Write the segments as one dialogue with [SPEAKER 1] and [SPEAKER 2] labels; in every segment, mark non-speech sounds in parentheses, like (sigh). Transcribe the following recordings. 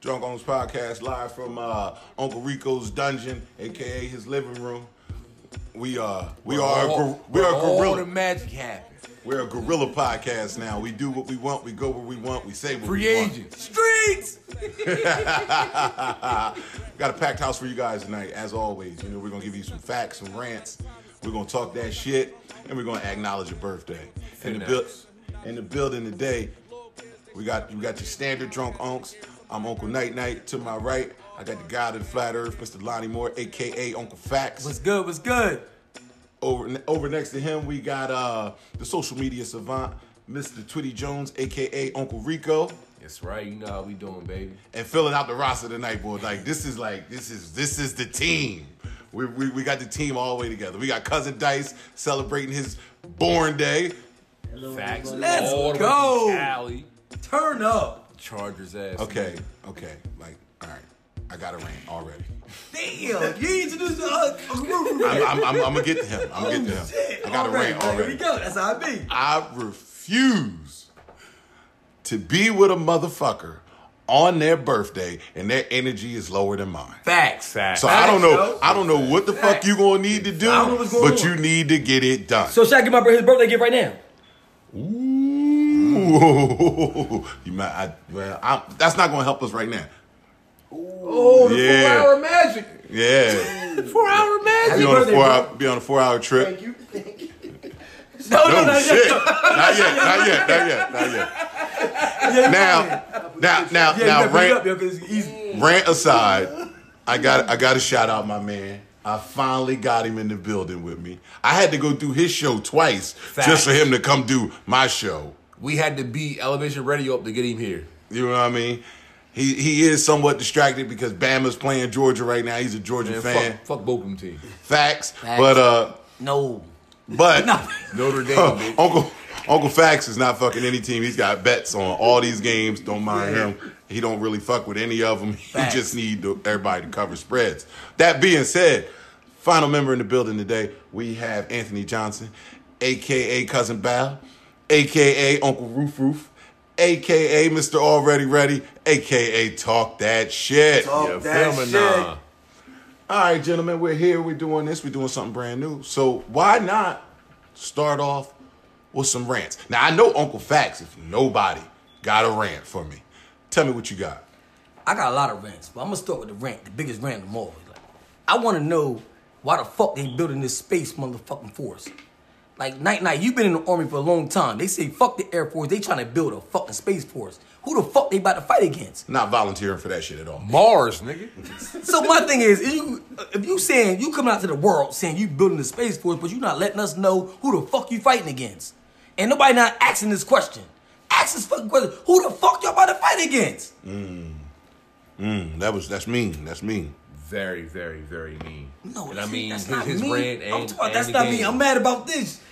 [SPEAKER 1] Drunk Owns Podcast live from uh, Uncle Rico's dungeon, aka his living room. We uh we are a gor- we are a
[SPEAKER 2] all the
[SPEAKER 1] gorilla
[SPEAKER 2] magic happened.
[SPEAKER 1] we're a gorilla podcast now. We do what we want, we go where we want, we say what
[SPEAKER 2] Free
[SPEAKER 1] we want.
[SPEAKER 2] agents. Streets.
[SPEAKER 1] We got a packed house for you guys tonight, as always. You know, we're gonna give you some facts, some rants. We're gonna talk that shit, and we're gonna acknowledge your birthday. In the build, in the building today, we got you got your standard drunk unks. I'm Uncle Night Night. To my right, I got the God of the Flat Earth, Mr. Lonnie Moore, aka Uncle Facts.
[SPEAKER 2] What's good? What's good?
[SPEAKER 1] Over over next to him, we got uh the social media savant, Mr. Twitty Jones, aka Uncle Rico.
[SPEAKER 2] That's right. You know how we doing, baby.
[SPEAKER 1] and filling out the roster tonight, boy. Like this is like this is this is the team. We, we, we got the team all the way together. We got cousin Dice celebrating his born day.
[SPEAKER 2] Facts.
[SPEAKER 3] Let's
[SPEAKER 2] all the way to
[SPEAKER 3] go.
[SPEAKER 2] Cali.
[SPEAKER 3] Turn up.
[SPEAKER 2] Chargers ass.
[SPEAKER 1] Okay, okay, like all right, I got a ring already.
[SPEAKER 3] Damn, you introduced the other
[SPEAKER 1] I'm, I'm, I'm, I'm gonna get to him. I'm gonna get to him.
[SPEAKER 3] shit.
[SPEAKER 1] I got a
[SPEAKER 3] Alright,
[SPEAKER 1] ring
[SPEAKER 3] man, Here we
[SPEAKER 1] already.
[SPEAKER 3] go. That's how I be.
[SPEAKER 1] I refuse to be with a motherfucker on their birthday and their energy is lower than mine.
[SPEAKER 2] Facts. Facts.
[SPEAKER 1] So I don't know.
[SPEAKER 3] yo.
[SPEAKER 1] I don't know what the fuck you gonna need to do,
[SPEAKER 3] I don't know what's going
[SPEAKER 1] but
[SPEAKER 3] on.
[SPEAKER 1] you need to get it done.
[SPEAKER 4] So should I get my bro- his birthday gift right now?
[SPEAKER 1] Ooh, (laughs) you might. I, well, I, that's not going to help us right now.
[SPEAKER 2] Oh, the
[SPEAKER 1] Yeah.
[SPEAKER 2] four hour magic.
[SPEAKER 3] (laughs)
[SPEAKER 1] Yeah,
[SPEAKER 2] Four hour magic.
[SPEAKER 1] be on a four hour, be on a four hour trip.
[SPEAKER 3] you. Thank you.
[SPEAKER 4] No,
[SPEAKER 1] No
[SPEAKER 4] no,
[SPEAKER 3] (laughs)
[SPEAKER 4] no.
[SPEAKER 1] shit, not yet, not yet, not yet, not yet. Now, now, now,
[SPEAKER 3] Yeah, you
[SPEAKER 1] now,
[SPEAKER 3] better bring it up,
[SPEAKER 1] rant,
[SPEAKER 3] yo, 'cause it's easy.
[SPEAKER 1] rant aside, I got, I got to shout out my man. I finally got him in the building with me. I had to go through his show twice just for him to come do my show.
[SPEAKER 2] We had to beat Elevation Radio up to get him here.
[SPEAKER 1] You know what I mean? He he is somewhat distracted because Bama's playing Georgia right now. He's a Georgia
[SPEAKER 2] Man,
[SPEAKER 1] fan.
[SPEAKER 2] fuck, fuck both them teams.
[SPEAKER 1] Facts. But uh
[SPEAKER 4] No.
[SPEAKER 1] but
[SPEAKER 2] Notre Dame,
[SPEAKER 1] Oh,
[SPEAKER 2] bitch.
[SPEAKER 1] Uncle Uncle Facts is not fucking any team. He's got bets on all these games. Don't mind him. He don't really fuck with any of them. (laughs)
[SPEAKER 4] Facts.
[SPEAKER 1] He just need to, everybody to cover spreads. That being said, final member in the building today, we have Anthony Johnson, aka Cousin Bal, aka Uncle Roof Roof, aka Mr. Already Ready, aka Talk That Shit.
[SPEAKER 3] Talk
[SPEAKER 2] You
[SPEAKER 3] that
[SPEAKER 2] feel me?
[SPEAKER 3] shit.
[SPEAKER 2] Nah.
[SPEAKER 1] All right, gentlemen, we're here. We're doing this. We're doing something brand new. So why not start off with some rants? Now I know Uncle Facts. If nobody got a rant for me, tell me what you got.
[SPEAKER 4] I got a lot of rants, but I'm gonna start with the rant, the biggest rant of them all. Like, I wanna know why the fuck they building this space motherfucking force. Like night night, you've been in the army for a long time. They say fuck the Air Force, they trying to build a fucking space force. Who the fuck they about to fight against?
[SPEAKER 1] Not volunteering for that shit at all.
[SPEAKER 2] Mars, nigga.
[SPEAKER 4] So my thing is, if you uh, if you saying you coming out to the world saying you building the space force, but you not letting us know who the fuck you fighting against, and nobody not asking this question. Ask this fucking question: Who the fuck y'all about to fight against?
[SPEAKER 1] Mm, that was that's mean. That's mean.
[SPEAKER 2] Very, very, very mean.
[SPEAKER 4] No,
[SPEAKER 2] and I
[SPEAKER 4] see,
[SPEAKER 2] mean
[SPEAKER 4] that's
[SPEAKER 2] his,
[SPEAKER 4] not
[SPEAKER 2] his
[SPEAKER 4] me.
[SPEAKER 2] rant and
[SPEAKER 4] I'm talking,
[SPEAKER 2] and
[SPEAKER 4] that's
[SPEAKER 2] the
[SPEAKER 4] not
[SPEAKER 2] game.
[SPEAKER 4] me. I'm mad about this.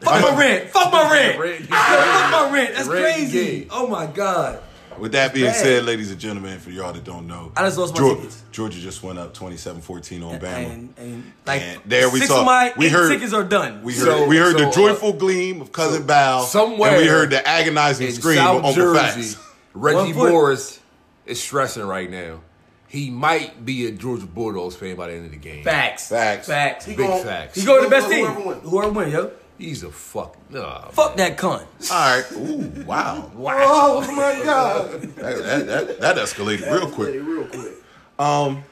[SPEAKER 4] Fuck my rent. Fuck my rent.
[SPEAKER 2] Rant, you
[SPEAKER 4] Ah, (laughs) fuck my rent. That's
[SPEAKER 2] Rant, you
[SPEAKER 4] crazy.
[SPEAKER 2] gay.
[SPEAKER 4] Oh my god.
[SPEAKER 1] With that being
[SPEAKER 4] bad.
[SPEAKER 1] said, ladies and gentlemen, for y'all that don't know,
[SPEAKER 4] I just lost my
[SPEAKER 1] Geor-
[SPEAKER 4] tickets.
[SPEAKER 1] Georgia just went up 27-14 on Bama.
[SPEAKER 4] And, and like
[SPEAKER 1] And there we
[SPEAKER 4] six
[SPEAKER 1] saw-
[SPEAKER 4] of my
[SPEAKER 1] we
[SPEAKER 4] eight
[SPEAKER 1] heard-
[SPEAKER 4] tickets are done.
[SPEAKER 1] we heard,
[SPEAKER 2] So-
[SPEAKER 1] we heard
[SPEAKER 2] so,
[SPEAKER 1] the
[SPEAKER 2] uh,
[SPEAKER 1] joyful gleam of Cousin Bow,
[SPEAKER 2] somewhere
[SPEAKER 1] and we heard the agonizing
[SPEAKER 2] in
[SPEAKER 1] scream
[SPEAKER 2] South
[SPEAKER 1] of Uncle
[SPEAKER 2] Jersey,
[SPEAKER 1] Facts.
[SPEAKER 2] Reggie
[SPEAKER 4] One foot.
[SPEAKER 2] Morris is stressing right now. He might be a Georgia Bulldogs fan by the end of the game.
[SPEAKER 4] facts.
[SPEAKER 1] Facts.
[SPEAKER 4] Facts.
[SPEAKER 2] Big
[SPEAKER 4] He
[SPEAKER 2] facts.
[SPEAKER 4] go to the best team.
[SPEAKER 3] Whoever win.
[SPEAKER 4] Whoever win, yo.
[SPEAKER 2] He's a fuck. Nah,
[SPEAKER 4] Fuck that cunt.
[SPEAKER 1] All right. Ooh, wow.
[SPEAKER 3] Oh my god.
[SPEAKER 1] That, that, that, that escalated real quick. You
[SPEAKER 3] Real quick.
[SPEAKER 4] But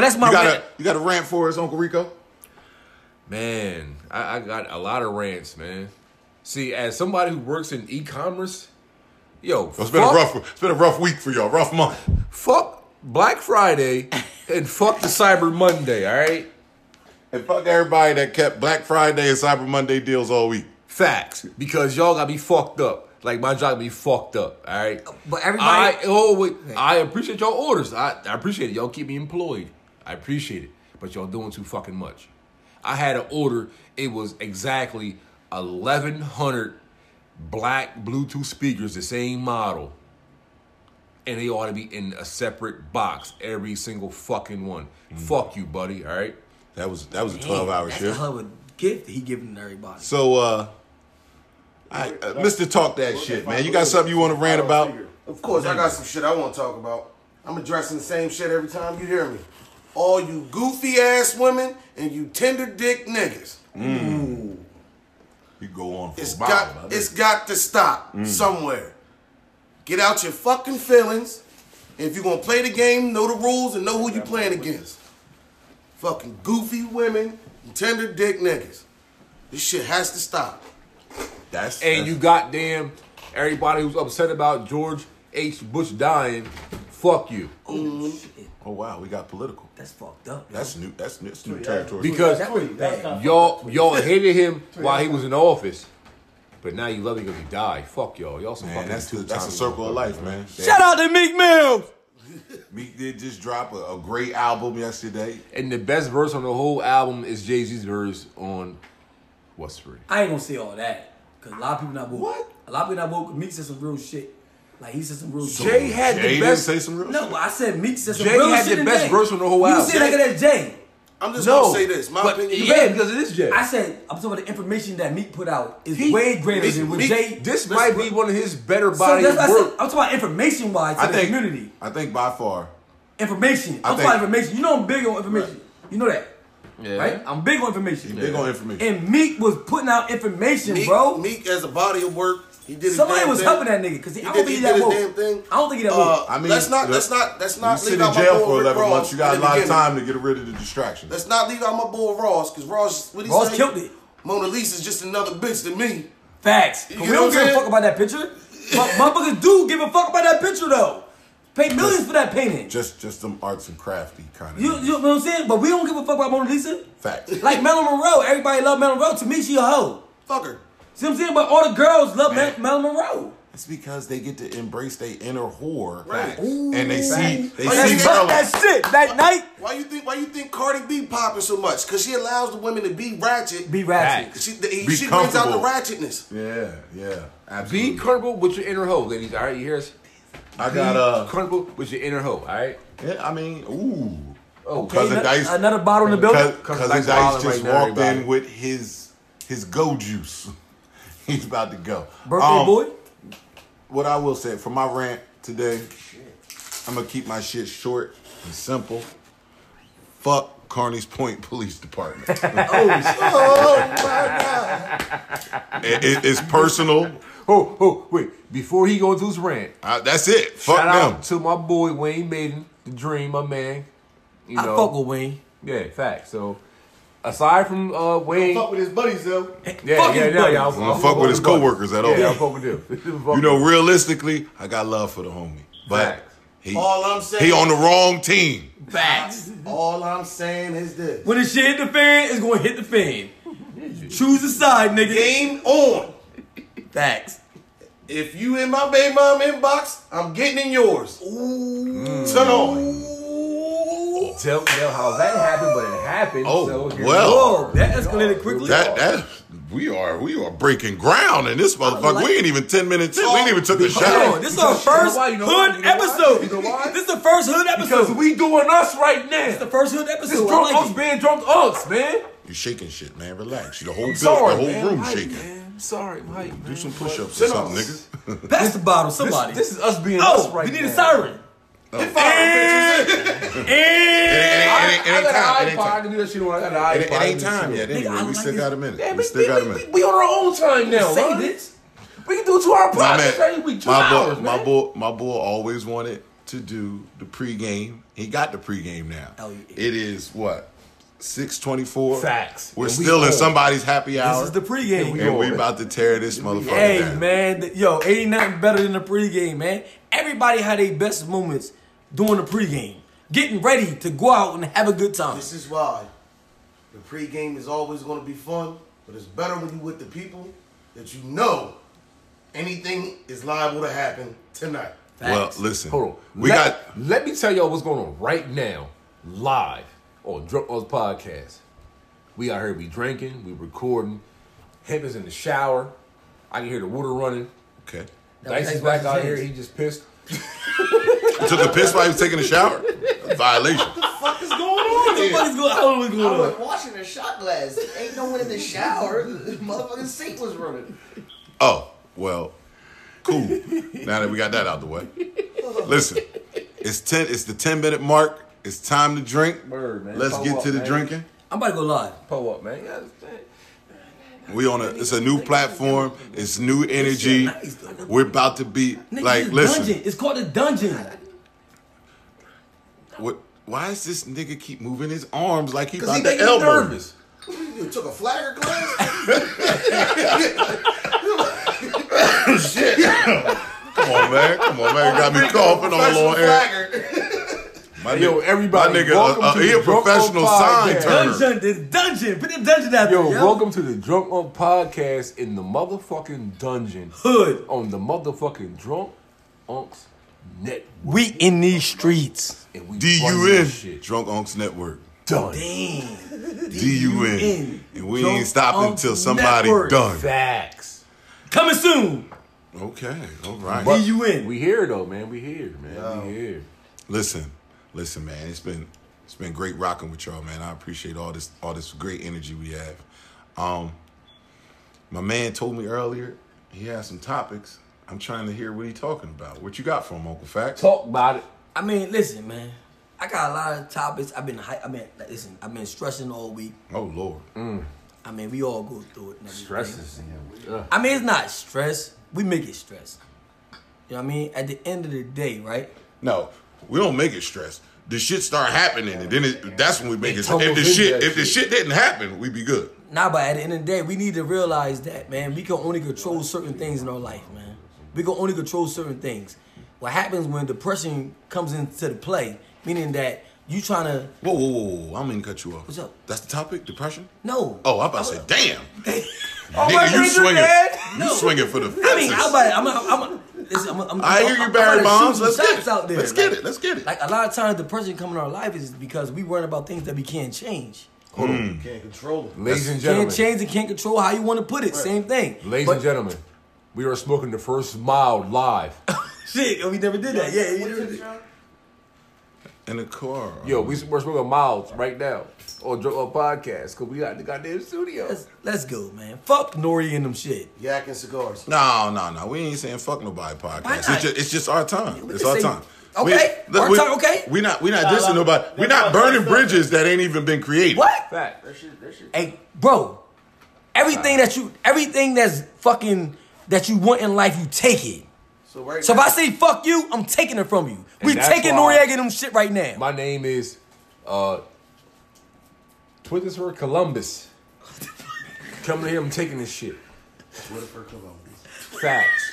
[SPEAKER 4] that's my
[SPEAKER 1] got
[SPEAKER 4] rant.
[SPEAKER 1] a you got a rant for us, Uncle Rico?
[SPEAKER 2] Man, I, I got a lot of rants, man. See, as somebody who works in e-commerce, yo,
[SPEAKER 1] It's been a rough it's been a rough week for y'all, rough month.
[SPEAKER 2] fuck Black Friday and fuck the Cyber Monday. All right,
[SPEAKER 1] And fuck everybody that kept Black Friday and Cyber Monday deals all week.
[SPEAKER 2] facts, because y'all got to be fucked up. Like my job be fucked up. All right,
[SPEAKER 4] But everybody-
[SPEAKER 2] I oh wait, I appreciate y'all orders. I, I appreciate it. Y'all keep me employed. I appreciate it, but y'all doing too fucking much. I had an order. It was exactly eleven hundred black Bluetooth speakers, the same model, and they ought to be in a separate box. Every single fucking one. Fuck you, buddy. All right.
[SPEAKER 1] That was that was a twelve hour
[SPEAKER 4] That's a
[SPEAKER 1] shift.
[SPEAKER 4] hell of a gift he giving to everybody.
[SPEAKER 1] So uh I, uh, Mr. Talk that shit, man. You got something you want to rant about?
[SPEAKER 5] Of course, I got some shit I want to talk about. I'm addressing the same shit every time you hear me. All you goofy ass women and you tender dick niggas.
[SPEAKER 2] Mm.
[SPEAKER 1] You go on for
[SPEAKER 5] It's
[SPEAKER 1] a while.
[SPEAKER 5] got it's got to stop
[SPEAKER 2] Mm.
[SPEAKER 5] somewhere. Get out your fucking feelings. If you're gonna play the game, know the rules and know who you playing against. Fucking goofy women, and tender dick niggas. This shit has to stop.
[SPEAKER 1] that's
[SPEAKER 2] and you goddamn everybody who's upset about George H. Bush dying, fuck you.
[SPEAKER 4] Oh, shit.
[SPEAKER 1] Oh wow, we got political.
[SPEAKER 4] That's fucked up. yo.
[SPEAKER 1] That's new. That's new, that's new territory.
[SPEAKER 2] Because
[SPEAKER 4] That was bad.
[SPEAKER 2] y'all y'all hated him while he was in office, but now you love him because he died. Fuck y'all. Y'all some
[SPEAKER 1] man,
[SPEAKER 2] fucking
[SPEAKER 1] that's
[SPEAKER 2] two-timers.
[SPEAKER 1] that's a circle of life, man.
[SPEAKER 4] Shout out to Meek Mill.
[SPEAKER 1] Meek did just drop a, a great album yesterday.
[SPEAKER 2] And the best verse on the whole album is Jay Z's verse on what's free.
[SPEAKER 4] I ain't gonna say all that because a lot of people not woke.
[SPEAKER 1] What?
[SPEAKER 4] A lot of people not woke. Meek said some real shit. Like he said some real shit.
[SPEAKER 2] Jay had
[SPEAKER 1] Jay
[SPEAKER 2] the
[SPEAKER 1] didn't
[SPEAKER 2] best.
[SPEAKER 1] say some real
[SPEAKER 4] No,
[SPEAKER 1] shit.
[SPEAKER 4] but I said Meek said some
[SPEAKER 2] Jay
[SPEAKER 4] real
[SPEAKER 2] had
[SPEAKER 4] shit.
[SPEAKER 2] the
[SPEAKER 4] in
[SPEAKER 2] best
[SPEAKER 4] Jay.
[SPEAKER 2] verse on the whole
[SPEAKER 4] you
[SPEAKER 2] album.
[SPEAKER 4] You said like that's Jay.
[SPEAKER 5] I'm just
[SPEAKER 2] no,
[SPEAKER 5] gonna say this. My
[SPEAKER 2] but
[SPEAKER 5] opinion.
[SPEAKER 2] yeah, because it is Jay.
[SPEAKER 4] I said I'm talking about the information that Meek put out is
[SPEAKER 2] He-
[SPEAKER 4] way greater
[SPEAKER 2] this-
[SPEAKER 4] than what
[SPEAKER 2] Meek-
[SPEAKER 4] Jay.
[SPEAKER 2] This might be one of his better
[SPEAKER 4] So
[SPEAKER 2] body
[SPEAKER 4] that's
[SPEAKER 2] of
[SPEAKER 4] what I said.
[SPEAKER 2] work.
[SPEAKER 4] I'm talking about information wise to
[SPEAKER 1] I
[SPEAKER 4] the
[SPEAKER 1] think
[SPEAKER 4] community.
[SPEAKER 1] I think by far.
[SPEAKER 4] Information.
[SPEAKER 1] I
[SPEAKER 4] I'm talking
[SPEAKER 1] think-
[SPEAKER 4] about information. You know I'm big on information. You know that.
[SPEAKER 2] Yeah.
[SPEAKER 4] Right? I'm big on information.
[SPEAKER 1] Big on information.
[SPEAKER 4] And Meek was putting out information,
[SPEAKER 5] Meek,
[SPEAKER 4] bro.
[SPEAKER 5] Meek as a body of work, he did. his
[SPEAKER 4] Somebody
[SPEAKER 5] damn
[SPEAKER 4] was
[SPEAKER 5] thing.
[SPEAKER 4] helping that nigga because I
[SPEAKER 5] He
[SPEAKER 4] don't
[SPEAKER 5] did,
[SPEAKER 4] think
[SPEAKER 5] he
[SPEAKER 4] he
[SPEAKER 5] did
[SPEAKER 4] that
[SPEAKER 5] his
[SPEAKER 4] woke.
[SPEAKER 5] damn thing.
[SPEAKER 4] I don't think he that
[SPEAKER 5] Uh,
[SPEAKER 4] woke.
[SPEAKER 1] I mean,
[SPEAKER 5] let's not.
[SPEAKER 1] the-
[SPEAKER 5] Let's not. Let's
[SPEAKER 1] You
[SPEAKER 5] not
[SPEAKER 1] sit
[SPEAKER 5] leave
[SPEAKER 1] in
[SPEAKER 5] out my
[SPEAKER 1] jail
[SPEAKER 5] boy
[SPEAKER 1] for
[SPEAKER 5] Rick
[SPEAKER 1] 11
[SPEAKER 5] Ross
[SPEAKER 1] months. You got
[SPEAKER 5] in
[SPEAKER 1] a
[SPEAKER 5] the
[SPEAKER 1] lot of
[SPEAKER 5] beginning.
[SPEAKER 1] time to get rid of the distractions.
[SPEAKER 5] Let's not leave out my boy Ross, cause Ross, what he
[SPEAKER 4] Ross
[SPEAKER 5] say?
[SPEAKER 4] killed it.
[SPEAKER 5] Mona Lisa's just another bitch to me.
[SPEAKER 4] Facts. 'Cause
[SPEAKER 5] You
[SPEAKER 4] we
[SPEAKER 5] know
[SPEAKER 4] don't
[SPEAKER 5] what
[SPEAKER 4] give
[SPEAKER 5] I'm
[SPEAKER 4] a
[SPEAKER 5] saying?
[SPEAKER 4] fuck about that picture. But motherfuckers do give a fuck about that picture though. Pay millions for that painting.
[SPEAKER 1] Just just some arts and crafty kind of
[SPEAKER 4] you, you know what I'm saying? But we don't give a fuck about Mona Lisa.
[SPEAKER 1] facts.
[SPEAKER 4] Like Marilyn Monroe, everybody love Marilyn Monroe. To me, she a hoe.
[SPEAKER 5] Fuck her.
[SPEAKER 4] See what I'm saying? But all the girls love Ma-
[SPEAKER 1] Man.
[SPEAKER 4] Marilyn Monroe.
[SPEAKER 1] It's because they get to embrace their inner whore,
[SPEAKER 5] Right.
[SPEAKER 1] and they see they
[SPEAKER 5] Ooh. Oh,
[SPEAKER 1] see
[SPEAKER 5] That's
[SPEAKER 1] Stella.
[SPEAKER 5] that
[SPEAKER 4] shit that night.
[SPEAKER 5] Why you think? Why you think Cardi B popping so much? Cause she allows the women to be ratchet.
[SPEAKER 4] Be ratchet.
[SPEAKER 5] She, the,
[SPEAKER 1] Be
[SPEAKER 5] she brings out the
[SPEAKER 1] comfortable.
[SPEAKER 5] ratchetness.
[SPEAKER 1] Yeah, yeah, absolutely.
[SPEAKER 2] Be comfortable with your inner hoe, ladies. All right, you hear us?
[SPEAKER 1] I got uh,
[SPEAKER 2] comfortable with your inner hoe. All right.
[SPEAKER 1] yeah, I mean, ooh,
[SPEAKER 2] Oh,
[SPEAKER 1] Cousin
[SPEAKER 4] Another,
[SPEAKER 1] Dice.
[SPEAKER 4] another bottle in the building.
[SPEAKER 1] Cous-
[SPEAKER 2] Cousin
[SPEAKER 1] Cousin
[SPEAKER 2] Dice
[SPEAKER 1] Dice
[SPEAKER 2] wildin'
[SPEAKER 1] just
[SPEAKER 2] right now,
[SPEAKER 1] walked
[SPEAKER 2] everybody.
[SPEAKER 1] in with his his go juice. (laughs) He's about to go.
[SPEAKER 4] Birthday
[SPEAKER 1] Um,
[SPEAKER 4] boy.
[SPEAKER 1] What I will say for my rant today, I'm gonna keep my shit short and simple. Fuck Carney's Point Police
[SPEAKER 2] (laughs)
[SPEAKER 1] Department. (laughs) it,
[SPEAKER 5] oh my god.
[SPEAKER 1] it- it's personal.
[SPEAKER 2] Oh, oh, wait. Before he goes to his rant,
[SPEAKER 1] Uh, that's it. Fuck
[SPEAKER 2] shout
[SPEAKER 1] them.
[SPEAKER 2] out to my boy Wayne Maiden, the Dream, my man. You
[SPEAKER 4] I
[SPEAKER 2] know,
[SPEAKER 4] fuck with Wayne.
[SPEAKER 2] yeah, facts. So, aside from uh, Wayne,
[SPEAKER 3] Fuck with his buddies though.
[SPEAKER 2] yeah,
[SPEAKER 4] fuck
[SPEAKER 2] yeah,
[SPEAKER 4] his
[SPEAKER 2] yeah,
[SPEAKER 4] buddy.
[SPEAKER 2] yeah, I
[SPEAKER 1] I don't fuck with his coworkers at all.
[SPEAKER 2] Yeah, I (laughs) fuck with him.
[SPEAKER 1] You know, realistically, I got love for the homie, but
[SPEAKER 2] Facts.
[SPEAKER 1] he
[SPEAKER 5] All I'm saying.
[SPEAKER 1] he on the wrong team.
[SPEAKER 4] Facts.
[SPEAKER 5] All I'm saying is this.
[SPEAKER 4] When the shit hit the fan, it's gonna hit the fan. Choose a side, nigga.
[SPEAKER 5] Game on.
[SPEAKER 4] Facts.
[SPEAKER 5] If you in my baby mom inbox, I'm getting in yours. Turn on.
[SPEAKER 2] tell, tell how that happened, but it happened.
[SPEAKER 1] Oh,
[SPEAKER 2] so here we
[SPEAKER 1] well.
[SPEAKER 2] are.
[SPEAKER 4] Whoa, that escalated quickly.
[SPEAKER 1] That that we are we are breaking ground in this motherfucker.
[SPEAKER 4] like-
[SPEAKER 1] we ain't even ten minutes in. We ain't even took a
[SPEAKER 4] Hold on,
[SPEAKER 1] shot.
[SPEAKER 4] this is
[SPEAKER 2] Because
[SPEAKER 4] our
[SPEAKER 2] you know
[SPEAKER 4] first
[SPEAKER 2] why, you know why,
[SPEAKER 4] hood
[SPEAKER 2] you know why,
[SPEAKER 4] episode.
[SPEAKER 2] you know why?
[SPEAKER 4] This is the first hood
[SPEAKER 2] Because
[SPEAKER 4] episode.
[SPEAKER 2] we doing us right now.
[SPEAKER 4] The first hood
[SPEAKER 2] This
[SPEAKER 4] episode. I
[SPEAKER 2] drunk
[SPEAKER 4] like
[SPEAKER 2] unks
[SPEAKER 4] it.
[SPEAKER 2] being drunk unks, man.
[SPEAKER 1] You shaking shit, man. Relax. You the whole build,
[SPEAKER 2] Sorry,
[SPEAKER 1] the whole
[SPEAKER 2] man.
[SPEAKER 1] room
[SPEAKER 2] Mike,
[SPEAKER 1] shaking.
[SPEAKER 2] Man. I'm Sorry, Mike. Man.
[SPEAKER 1] Do some push-ups or
[SPEAKER 2] Sit on.
[SPEAKER 1] something, nigga.
[SPEAKER 4] Pass the bottle,
[SPEAKER 2] This,
[SPEAKER 4] somebody.
[SPEAKER 2] this is us being us
[SPEAKER 4] oh,
[SPEAKER 2] right
[SPEAKER 4] we need
[SPEAKER 2] now.
[SPEAKER 4] a siren.
[SPEAKER 1] It ain't, it ain't- it
[SPEAKER 2] I
[SPEAKER 1] ain't
[SPEAKER 2] got
[SPEAKER 1] time. It
[SPEAKER 2] an
[SPEAKER 1] ain't time.
[SPEAKER 2] iPod to do that shit on. I got an
[SPEAKER 1] It
[SPEAKER 2] iPod.
[SPEAKER 1] ain't- it ain't
[SPEAKER 2] to do that
[SPEAKER 1] time
[SPEAKER 2] shit
[SPEAKER 1] yet.
[SPEAKER 4] Nigga,
[SPEAKER 2] on.
[SPEAKER 4] I
[SPEAKER 1] Anyway, we
[SPEAKER 4] like
[SPEAKER 1] still
[SPEAKER 4] this-
[SPEAKER 1] got a minute.
[SPEAKER 2] Yeah,
[SPEAKER 1] we
[SPEAKER 2] we,
[SPEAKER 1] still got a
[SPEAKER 2] we, we,
[SPEAKER 1] minute.
[SPEAKER 2] we on our own time now.
[SPEAKER 4] Say
[SPEAKER 2] huh?
[SPEAKER 4] this.
[SPEAKER 2] We can do a two-hour
[SPEAKER 1] My
[SPEAKER 2] podcast every
[SPEAKER 1] man,
[SPEAKER 2] week. Two
[SPEAKER 1] my boy,
[SPEAKER 2] hours, man.
[SPEAKER 1] my boy, my boy always wanted to do the pregame. He got the pregame now.
[SPEAKER 4] Oh, yeah.
[SPEAKER 1] It is what six twenty-four.
[SPEAKER 2] Facts.
[SPEAKER 1] We're
[SPEAKER 2] And we
[SPEAKER 1] still in
[SPEAKER 2] on.
[SPEAKER 1] somebody's happy hour.
[SPEAKER 4] This is the pregame.
[SPEAKER 1] and we about to tear this motherfucker
[SPEAKER 4] Hey
[SPEAKER 1] down.
[SPEAKER 4] man, th- yo, ain't nothing better than the pregame, man. Everybody had their best moments doing the pregame, getting ready to go out and have a good time.
[SPEAKER 5] This is why the pregame is always going to be fun, but it's better when you with the people that you know anything is liable to happen tonight.
[SPEAKER 1] Well,
[SPEAKER 4] Facts.
[SPEAKER 1] listen.
[SPEAKER 2] Hold on.
[SPEAKER 1] We
[SPEAKER 2] let,
[SPEAKER 1] got
[SPEAKER 2] Let me tell y'all what's going on right now, live on Drunk Oz Podcast. We out here, we drinking, we recording. Him is in the shower. I can hear the water running.
[SPEAKER 1] okay.
[SPEAKER 2] Dice
[SPEAKER 4] Dice
[SPEAKER 2] is back out
[SPEAKER 4] versus
[SPEAKER 2] here.
[SPEAKER 4] James.
[SPEAKER 2] He just pissed.
[SPEAKER 1] You took a piss while he was taking a shower. Violation.
[SPEAKER 5] What is going on
[SPEAKER 4] What the fuck is going? I don't know what's
[SPEAKER 6] I
[SPEAKER 4] going on.
[SPEAKER 6] was washing a shot glass. Ain't no one in the shower. (laughs) The motherfucking sink was running.
[SPEAKER 1] Oh well, cool. Now that we got that out the way, listen. It's ten. It's the ten minute mark. It's time to drink.
[SPEAKER 2] Word, man.
[SPEAKER 1] Let's
[SPEAKER 2] Come
[SPEAKER 1] get
[SPEAKER 2] on,
[SPEAKER 1] to the
[SPEAKER 2] man.
[SPEAKER 1] drinking.
[SPEAKER 4] I'm about to go live.
[SPEAKER 2] Pull up, man. Yeah, it's-
[SPEAKER 1] We on a. It's a new platform. It's new energy.
[SPEAKER 4] nice, though.
[SPEAKER 1] We're about to be
[SPEAKER 4] Nigga,
[SPEAKER 1] like.
[SPEAKER 4] this
[SPEAKER 1] Listen.
[SPEAKER 4] dungeon. It's called the dungeon.
[SPEAKER 1] What? Why is this nigga keep moving his arms like he
[SPEAKER 2] Cause
[SPEAKER 1] about
[SPEAKER 2] he
[SPEAKER 1] to
[SPEAKER 2] making me
[SPEAKER 1] elbow?
[SPEAKER 2] nervous.
[SPEAKER 5] You took a flagger glass?
[SPEAKER 6] (laughs)
[SPEAKER 1] Come on, man. Come on, man. Got me coughing on
[SPEAKER 5] Professional
[SPEAKER 1] Lord Eric.
[SPEAKER 5] flagger.
[SPEAKER 1] My
[SPEAKER 2] Yo,
[SPEAKER 1] nigga-
[SPEAKER 2] everybody,
[SPEAKER 1] My nigga,
[SPEAKER 2] welcome
[SPEAKER 1] uh, uh,
[SPEAKER 2] to
[SPEAKER 1] he
[SPEAKER 2] the
[SPEAKER 1] a
[SPEAKER 2] Drunk
[SPEAKER 1] professional
[SPEAKER 2] Profile
[SPEAKER 1] sign
[SPEAKER 2] Podcast.
[SPEAKER 1] turner.
[SPEAKER 4] Dungeon. The dungeon. Put the dungeon out
[SPEAKER 2] Yo,
[SPEAKER 4] there.
[SPEAKER 2] welcome to the Drunk Up Podcast in the motherfucking dungeon.
[SPEAKER 4] Hood.
[SPEAKER 2] On the motherfucking Drunk Unks Network.
[SPEAKER 4] We in these streets.
[SPEAKER 2] And we
[SPEAKER 1] D
[SPEAKER 2] run
[SPEAKER 1] U
[SPEAKER 2] this
[SPEAKER 1] N.
[SPEAKER 2] shit.
[SPEAKER 1] Drunk Unks Network.
[SPEAKER 2] Done.
[SPEAKER 4] Damn.
[SPEAKER 1] D U N. And we
[SPEAKER 4] Drunk
[SPEAKER 1] ain't stopping
[SPEAKER 4] Unks
[SPEAKER 1] until somebody
[SPEAKER 4] Network.
[SPEAKER 1] done.
[SPEAKER 2] Facts.
[SPEAKER 4] Coming soon.
[SPEAKER 1] Okay. All right.
[SPEAKER 4] But- you in.
[SPEAKER 2] We here though, man. We here, man. We here.
[SPEAKER 1] Listen, listen, man. It's been it's been great rocking with y'all, man. I appreciate all this all this great energy we have. Um, my man told me earlier he has some topics. I'm trying to hear what he talking about. What you got for him, Uncle Facts?
[SPEAKER 2] Talk about it.
[SPEAKER 4] I mean, listen, man. I got a lot of topics. I've been, hy- I mean, like, listen. I've been stressing all week.
[SPEAKER 1] Oh Lord,
[SPEAKER 4] I mean, we all go through it. and everything.
[SPEAKER 2] Dresses. Ugh.
[SPEAKER 4] I mean, it's not stress. We make it stress. You know what I mean? At the end of the day, right?
[SPEAKER 1] no, we don't make it stress. The shit start happening, and then it, that's when we make
[SPEAKER 4] It
[SPEAKER 1] it. stress.
[SPEAKER 4] tumbles
[SPEAKER 1] If the
[SPEAKER 2] into
[SPEAKER 1] shit,
[SPEAKER 2] that
[SPEAKER 1] if the shit didn't happen, we'd be good.
[SPEAKER 4] Nah, but at the end of the day, we need to realize that, man, we can only control certain things in our life, man. We can only control certain things. What happens when depression comes into the play, meaning that you trying to
[SPEAKER 1] Whoa, whoa, whoa, whoa! I don't mean to cut you off.
[SPEAKER 4] What's up?
[SPEAKER 1] That's the topic, depression.
[SPEAKER 4] no.
[SPEAKER 1] Oh, I'm about to say, damn,
[SPEAKER 4] Oh,
[SPEAKER 1] nigga,
[SPEAKER 4] my
[SPEAKER 1] you
[SPEAKER 4] goodness,
[SPEAKER 1] swinging,
[SPEAKER 4] man.
[SPEAKER 1] you swinging for the fences.
[SPEAKER 4] I mean, how about it? I'm, I'm, I'm, listen, I'm, I'm,
[SPEAKER 1] I hear
[SPEAKER 4] I'm-
[SPEAKER 1] you,
[SPEAKER 4] I'm
[SPEAKER 1] Barry
[SPEAKER 4] about to
[SPEAKER 1] Bonds.
[SPEAKER 4] shoot some
[SPEAKER 1] Let's get
[SPEAKER 4] shots
[SPEAKER 1] it.
[SPEAKER 4] out there.
[SPEAKER 1] Let's get
[SPEAKER 4] Like-
[SPEAKER 1] it. Let's get it.
[SPEAKER 4] Like a lot of times, depression coming in our life is because we worrying about things that we can't change.
[SPEAKER 5] Can't control it.
[SPEAKER 2] Ladies and
[SPEAKER 4] Can't
[SPEAKER 2] gentlemen.
[SPEAKER 4] change and can't control how you want to put it. Same thing.
[SPEAKER 2] Ladies
[SPEAKER 4] But-
[SPEAKER 2] and gentlemen. We are smoking the first mile live.
[SPEAKER 4] (laughs) Shit, we never did that.
[SPEAKER 5] (laughs)
[SPEAKER 4] Yeah, we never did.
[SPEAKER 1] In the car.
[SPEAKER 2] Yo, we, we're smoking miles right now on Drunk Up Podcast because we got the goddamn studio.
[SPEAKER 4] Let's, let's go, man. Fuck Nori and them shit.
[SPEAKER 5] Yak and cigars.
[SPEAKER 1] No, no, no. We ain't saying fuck nobody podcast.
[SPEAKER 4] Why
[SPEAKER 1] It's
[SPEAKER 4] not?
[SPEAKER 1] just, it's just our time.
[SPEAKER 4] We
[SPEAKER 1] It's
[SPEAKER 4] can
[SPEAKER 1] our
[SPEAKER 4] say-
[SPEAKER 1] time.
[SPEAKER 4] Okay,
[SPEAKER 1] We,
[SPEAKER 4] our
[SPEAKER 1] we,
[SPEAKER 4] time, okay.
[SPEAKER 1] We not we not dissing nobody. We not burning bridges that ain't even been created.
[SPEAKER 4] What?
[SPEAKER 2] Fact.
[SPEAKER 6] That shit, that shit.
[SPEAKER 4] Hey, bro. Everything that you, everything that's fucking that you want in life, you take it.
[SPEAKER 5] So right
[SPEAKER 4] So if
[SPEAKER 5] now,
[SPEAKER 4] I say fuck you, I'm taking it from you. we
[SPEAKER 2] that's
[SPEAKER 4] taking
[SPEAKER 2] why-
[SPEAKER 4] Noriega and them shit right now.
[SPEAKER 2] My name is uh Twitter Columbus. Coming here, I'm taking this shit.
[SPEAKER 5] Whitaker Columbus.
[SPEAKER 2] Facts.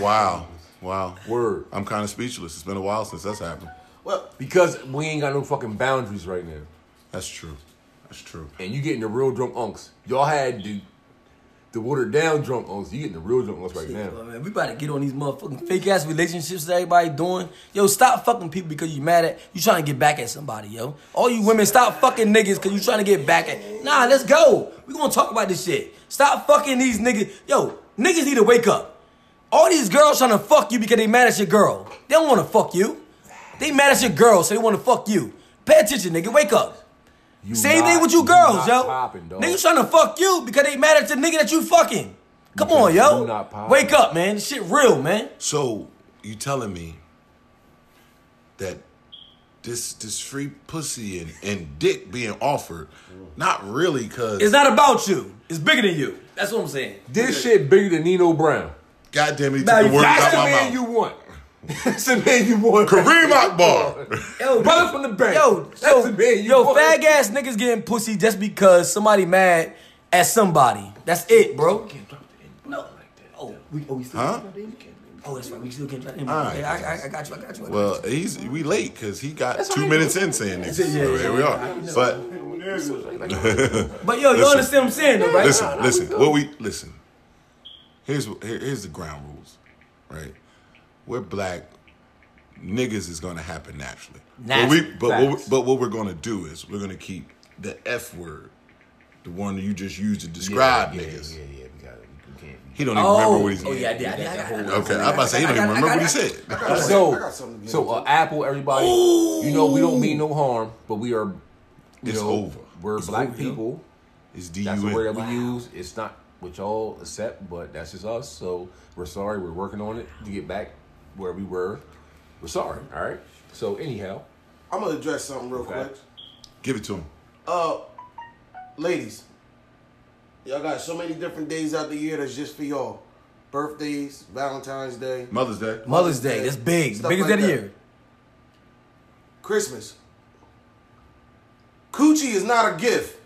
[SPEAKER 1] Wow. Wow.
[SPEAKER 2] Word.
[SPEAKER 1] I'm kind of speechless. It's been a while since that's happened.
[SPEAKER 5] Well,
[SPEAKER 2] Because we ain't got no fucking boundaries right now.
[SPEAKER 1] That's true. That's true.
[SPEAKER 2] And you getting the real drunk unks. Y'all had the the watered down drunk unks. You getting the real drunk unks right
[SPEAKER 4] But,
[SPEAKER 2] now.
[SPEAKER 4] man, we about to get on these motherfucking fake ass relationships that everybody doing. Yo, stop fucking people because you mad at you trying to get back at somebody, yo. All you women, stop fucking niggas because you trying to get back at. Nah, let's go. We gonna talk about this shit. Stop fucking these niggas. Yo, niggas need to wake up. All these girls trying to fuck you because they mad at your girl. They don't want to fuck you. They mad at your girl, so they want to fuck you. Pay attention, nigga. Wake up.
[SPEAKER 2] You
[SPEAKER 4] Same
[SPEAKER 2] not-
[SPEAKER 4] thing with you girls,
[SPEAKER 2] not
[SPEAKER 4] yo.
[SPEAKER 2] Popping, dog.
[SPEAKER 4] Niggas trying to fuck you because they mad at the nigga that you fucking. Come
[SPEAKER 2] Because
[SPEAKER 4] on, yo.
[SPEAKER 2] you not popping.
[SPEAKER 4] Wake up, man. This shit real, man.
[SPEAKER 1] So you telling me that this this free pussy and, and dick being offered, not really cause
[SPEAKER 4] It's not about you. It's bigger than you. That's what I'm saying.
[SPEAKER 2] this shit bigger than Nino Brown.
[SPEAKER 1] goddamn it, he
[SPEAKER 4] Now
[SPEAKER 1] took the
[SPEAKER 4] you-
[SPEAKER 1] words
[SPEAKER 2] That's
[SPEAKER 1] out
[SPEAKER 2] the
[SPEAKER 1] my
[SPEAKER 2] man
[SPEAKER 1] mouth.
[SPEAKER 2] you (laughs) want. That's the man you want.
[SPEAKER 1] Kareem Akbar.
[SPEAKER 4] Yo,
[SPEAKER 2] Brother from the bank.
[SPEAKER 4] Yo,
[SPEAKER 2] That's
[SPEAKER 4] yo,
[SPEAKER 2] the man you
[SPEAKER 4] yo,
[SPEAKER 2] want.
[SPEAKER 4] fag ass niggas getting pussy just because somebody mad at somebody. That's it, bro. No. Oh, we, oh, we still
[SPEAKER 1] Huh?
[SPEAKER 4] Oh, that's right. We still can't try to.
[SPEAKER 1] All right.
[SPEAKER 4] Yeah, I, I, I got you. I got you. I got
[SPEAKER 1] Well, he's we late because he got two
[SPEAKER 2] all right.
[SPEAKER 1] minutes in saying this.
[SPEAKER 4] Yeah, yeah,
[SPEAKER 1] Here we are. But
[SPEAKER 4] you. But yo, you
[SPEAKER 1] listen.
[SPEAKER 4] understand what I'm saying, though, right?
[SPEAKER 1] listen, listen. What we listen. Here's what- here, here's the ground rules, right? We're black. Niggas is gonna happen naturally. But we
[SPEAKER 4] Naturally.
[SPEAKER 1] but what, we-
[SPEAKER 2] Facts.
[SPEAKER 1] but what we're gonna do is we're gonna keep the F word, the one that you just used to describe niggas.
[SPEAKER 2] yeah, yeah. We got it. We can't.
[SPEAKER 1] He don't even remember
[SPEAKER 4] Oh,
[SPEAKER 1] what he's.
[SPEAKER 4] oh yeah, I did. I did. I got- I got-
[SPEAKER 1] Okay, I'm about to say he don't even remember what he said.
[SPEAKER 5] I
[SPEAKER 2] So,
[SPEAKER 5] got something to get
[SPEAKER 2] so uh, Apple, everybody, you know, we don't mean no harm, but we are, you
[SPEAKER 1] It's
[SPEAKER 2] know,
[SPEAKER 1] over.
[SPEAKER 2] we're black people.
[SPEAKER 1] It's
[SPEAKER 2] That's the word that
[SPEAKER 1] D-U-N.
[SPEAKER 2] we use. It's not what y'all accept, but that's just us. So we're sorry. We're working on it to get back where we were. We're sorry. All right. So anyhow,
[SPEAKER 5] I'm gonna address something real
[SPEAKER 2] Okay.
[SPEAKER 5] quick.
[SPEAKER 1] Give it to him.
[SPEAKER 5] Uh, ladies, y'all got so many different days out the year that's just for y'all. Birthdays, Valentine's Day,
[SPEAKER 1] Mother's Day.
[SPEAKER 4] Mother's Day. That's big.
[SPEAKER 5] Stuff
[SPEAKER 4] Biggest
[SPEAKER 5] like
[SPEAKER 4] day of the
[SPEAKER 5] that.
[SPEAKER 4] year.
[SPEAKER 5] Christmas. Coochie is not a gift.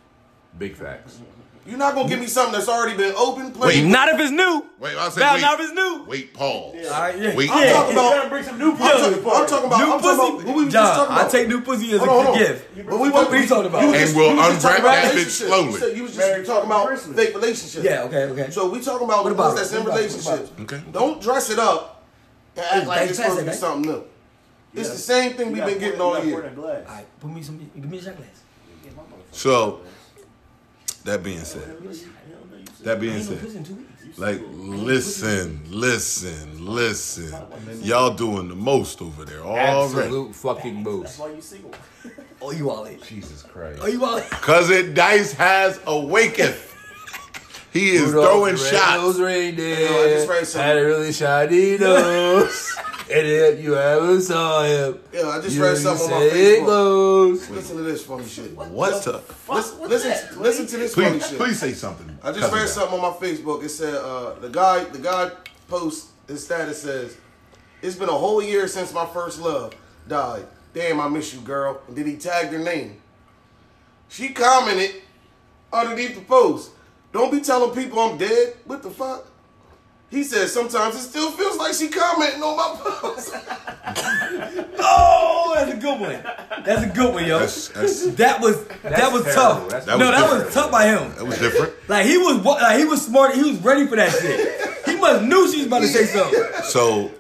[SPEAKER 2] big facts.
[SPEAKER 5] You're not gonna give me something that's already been open, played.
[SPEAKER 4] Not if it's new.
[SPEAKER 1] Wait, I said
[SPEAKER 4] Now,
[SPEAKER 1] wait.
[SPEAKER 4] now if it's new.
[SPEAKER 1] Wait, pause.
[SPEAKER 4] right, yeah.
[SPEAKER 1] Wait,
[SPEAKER 5] I'm talking
[SPEAKER 1] pause.
[SPEAKER 5] about.
[SPEAKER 3] bring some new
[SPEAKER 5] I'm talking, I'm talking about.
[SPEAKER 4] New
[SPEAKER 5] I'm talking about.
[SPEAKER 4] pussy.
[SPEAKER 5] What we was just
[SPEAKER 4] John,
[SPEAKER 5] talking about?
[SPEAKER 4] I take new pussy as
[SPEAKER 5] Hold on,
[SPEAKER 4] a
[SPEAKER 5] hold on.
[SPEAKER 4] gift.
[SPEAKER 5] But we
[SPEAKER 4] what
[SPEAKER 5] what
[SPEAKER 4] we talking about?
[SPEAKER 5] You was
[SPEAKER 1] And
[SPEAKER 5] just,
[SPEAKER 1] we'll
[SPEAKER 5] you was just
[SPEAKER 1] unwrap
[SPEAKER 5] talking about
[SPEAKER 1] that bitch
[SPEAKER 5] relationships.
[SPEAKER 1] slowly.
[SPEAKER 5] You said you was just
[SPEAKER 3] Married
[SPEAKER 5] talking about
[SPEAKER 3] Christmas.
[SPEAKER 5] fake relationships.
[SPEAKER 4] Yeah, okay, okay.
[SPEAKER 5] So we talking
[SPEAKER 4] What
[SPEAKER 5] about what
[SPEAKER 4] about
[SPEAKER 5] about that's
[SPEAKER 4] it?
[SPEAKER 5] in
[SPEAKER 4] What about it?
[SPEAKER 5] relationships.
[SPEAKER 1] What about it? Okay.
[SPEAKER 5] Don't dress it up and act like
[SPEAKER 4] thank-
[SPEAKER 5] it's supposed to be
[SPEAKER 4] thank-
[SPEAKER 5] something new. It's the same thing we've been getting all year.
[SPEAKER 4] All right, put me some. Give me a shot glass.
[SPEAKER 1] So, that being said, that being
[SPEAKER 4] Ain't no
[SPEAKER 1] said,
[SPEAKER 4] pussy in two weeks.
[SPEAKER 1] like, listen, listen, listen. Y'all doing the most over there already.
[SPEAKER 2] Absolute fucking moose.
[SPEAKER 3] Why you single?
[SPEAKER 4] Oh, you all it.
[SPEAKER 2] Jesus Christ.
[SPEAKER 4] Oh, you all it.
[SPEAKER 1] Cause it dice has awakeneth. He is throwing shots.
[SPEAKER 2] Reindeer,
[SPEAKER 5] Yo, I just read something.
[SPEAKER 2] had a really shiny nose.
[SPEAKER 4] (laughs)
[SPEAKER 2] and if you ever saw him,
[SPEAKER 5] Yeah, I just
[SPEAKER 2] you
[SPEAKER 5] read something on my
[SPEAKER 2] said it
[SPEAKER 5] Facebook.
[SPEAKER 2] glows.
[SPEAKER 5] Listen to this funny shit.
[SPEAKER 1] What the?
[SPEAKER 5] Listen, listen, listen to this funny
[SPEAKER 1] Please,
[SPEAKER 5] shit.
[SPEAKER 1] please say something.
[SPEAKER 5] I just
[SPEAKER 1] Cousin
[SPEAKER 5] read
[SPEAKER 1] Doc.
[SPEAKER 5] something on my Facebook. It said uh, the guy the guy posts his status says, "It's been a whole year since my first love died. Damn, I miss you, girl." And then he tagged her name. She commented underneath the post, "Don't be telling people I'm dead. What the fuck?" He said, "Sometimes it still feels like she commenting on my post." (laughs)
[SPEAKER 4] Oh, that's a good one. That's a good one, yo.
[SPEAKER 1] That's- that's-
[SPEAKER 4] that was that was
[SPEAKER 2] terrible.
[SPEAKER 4] tough.
[SPEAKER 2] That's-
[SPEAKER 1] That was
[SPEAKER 4] no, that was
[SPEAKER 1] different.
[SPEAKER 4] tough by him.
[SPEAKER 1] That was different.
[SPEAKER 4] Like he was, wa- like he was smart. He was ready for that shit. He must knew she was about to say something.
[SPEAKER 1] So,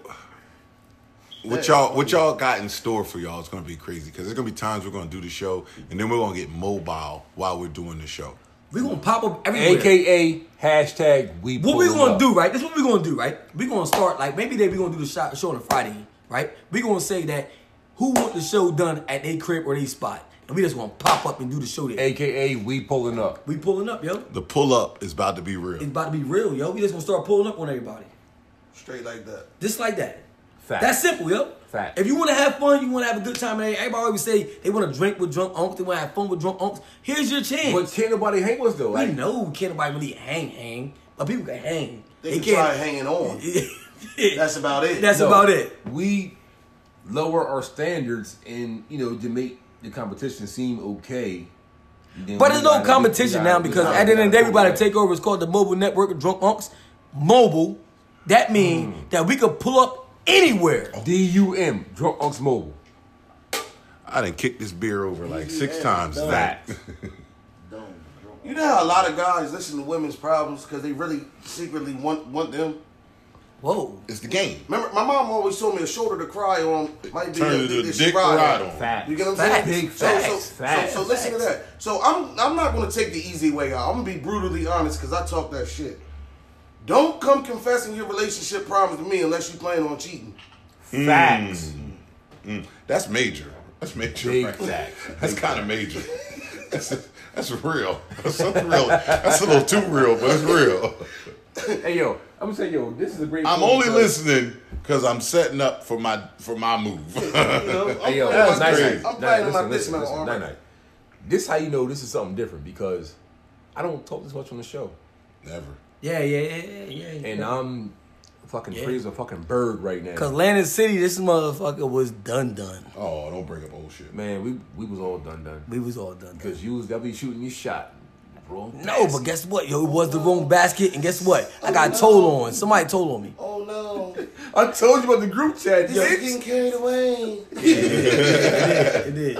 [SPEAKER 1] what y'all what y'all got in store for y'all is gonna be crazy because there's gonna be times we're gonna do the show and then we're gonna get mobile while we're doing the show.
[SPEAKER 4] We gonna pop up everywhere.
[SPEAKER 2] AKA hashtag we
[SPEAKER 4] What we
[SPEAKER 2] pulled
[SPEAKER 4] gonna
[SPEAKER 2] up.
[SPEAKER 4] do, right? This what we gonna do, right? We gonna start like maybe they we gonna do the shot, show on a Friday, right? We gonna say that who want the show done at their crib or their spot, and we just gonna pop up and do the show there.
[SPEAKER 2] AKA we pulling up.
[SPEAKER 4] We pulling up, yo.
[SPEAKER 1] The pull up is about to be
[SPEAKER 4] It's
[SPEAKER 1] real.
[SPEAKER 4] about to be real, yo. We just gonna start pulling up on everybody,
[SPEAKER 5] Straight like that.
[SPEAKER 4] just like that.
[SPEAKER 2] Fact.
[SPEAKER 4] That's simple, yo.
[SPEAKER 2] Fact.
[SPEAKER 4] If you wanna have fun, you wanna have a good time. And everybody always say they wanna drink with drunk unks, they wanna have fun with drunk unks. Here's your chance.
[SPEAKER 2] But can't nobody hang with us though.
[SPEAKER 4] we
[SPEAKER 2] Like,
[SPEAKER 4] know can't nobody really hang, hang, but people can hang.
[SPEAKER 5] They, can try hanging on.
[SPEAKER 4] (laughs)
[SPEAKER 5] That's about it.
[SPEAKER 4] That's
[SPEAKER 2] no,
[SPEAKER 4] about it.
[SPEAKER 2] We lower our standards and you know to make the competition seem okay. then
[SPEAKER 4] But
[SPEAKER 2] we
[SPEAKER 4] there's no
[SPEAKER 2] gotta- we
[SPEAKER 4] competition
[SPEAKER 2] gotta-
[SPEAKER 4] now
[SPEAKER 2] we
[SPEAKER 4] because
[SPEAKER 2] gotta-
[SPEAKER 4] at the end of the day,
[SPEAKER 2] we
[SPEAKER 4] we about to
[SPEAKER 2] gotta
[SPEAKER 4] take over. It's called the mobile network of drunk unks. Mobile. That means that we could pull up anywhere.
[SPEAKER 2] DUM Drunk Unks Mobile.
[SPEAKER 1] I done kicked this beer over like six times. That
[SPEAKER 5] You know how a lot of guys listen to women's problems because they really secretly want want them.
[SPEAKER 4] Whoa.
[SPEAKER 1] it's the game.
[SPEAKER 5] Remember, my mom always told me a shoulder to cry on might be
[SPEAKER 1] Turn
[SPEAKER 5] a
[SPEAKER 1] it
[SPEAKER 5] dick
[SPEAKER 1] to
[SPEAKER 5] that
[SPEAKER 1] dick
[SPEAKER 5] she ride
[SPEAKER 1] ride
[SPEAKER 5] on.
[SPEAKER 1] on.
[SPEAKER 2] Facts.
[SPEAKER 5] You get what I'm
[SPEAKER 4] Facts.
[SPEAKER 5] saying?
[SPEAKER 2] Big
[SPEAKER 5] So-
[SPEAKER 2] facts.
[SPEAKER 5] So,
[SPEAKER 2] Facts.
[SPEAKER 5] so, so listen to that. So I'm I'm not gonna take the easy way out. I'm gonna be brutally honest because I talk that shit. Don't come confessing your relationship problems to me unless you plan on cheating.
[SPEAKER 2] Facts.
[SPEAKER 1] That's major. That's major.
[SPEAKER 2] Big
[SPEAKER 1] right there.
[SPEAKER 2] facts.
[SPEAKER 1] That's kind of major. That's, that's real. That's something real. That's a little too real, but it's real.
[SPEAKER 2] Hey yo, I'm saying yo, this is a great.
[SPEAKER 1] I'm
[SPEAKER 2] point,
[SPEAKER 1] only
[SPEAKER 2] because-
[SPEAKER 1] listening because I'm setting up for my for my move. (laughs)
[SPEAKER 5] You know, I'm
[SPEAKER 2] Hey yo,
[SPEAKER 5] planning
[SPEAKER 1] that's nice.
[SPEAKER 2] night,
[SPEAKER 5] my dis-
[SPEAKER 2] night.
[SPEAKER 1] crazy.
[SPEAKER 5] I'm
[SPEAKER 2] Night,
[SPEAKER 5] planning
[SPEAKER 2] listen,
[SPEAKER 5] my
[SPEAKER 2] listen,
[SPEAKER 5] dismount
[SPEAKER 2] listen, night,
[SPEAKER 5] armor.
[SPEAKER 2] night. This how you know this is something different because I don't talk this much on the show,
[SPEAKER 1] Never.
[SPEAKER 4] Yeah, yeah, yeah, yeah, yeah.
[SPEAKER 2] and I'm fucking free as a fucking bird right now.
[SPEAKER 4] Cause Landon City, this motherfucker was done done.
[SPEAKER 1] Oh, don't bring up old shit.
[SPEAKER 2] Man, we we was all done done
[SPEAKER 4] We was all done. done.
[SPEAKER 2] because you was W shooting your shot. Wrong
[SPEAKER 4] No, but guess what? Yo, it was the wrong basket, and guess what? I got told on. Somebody told on me.
[SPEAKER 5] Oh no,
[SPEAKER 2] I told you about the group chat.
[SPEAKER 5] this is getting carried away.
[SPEAKER 4] It did.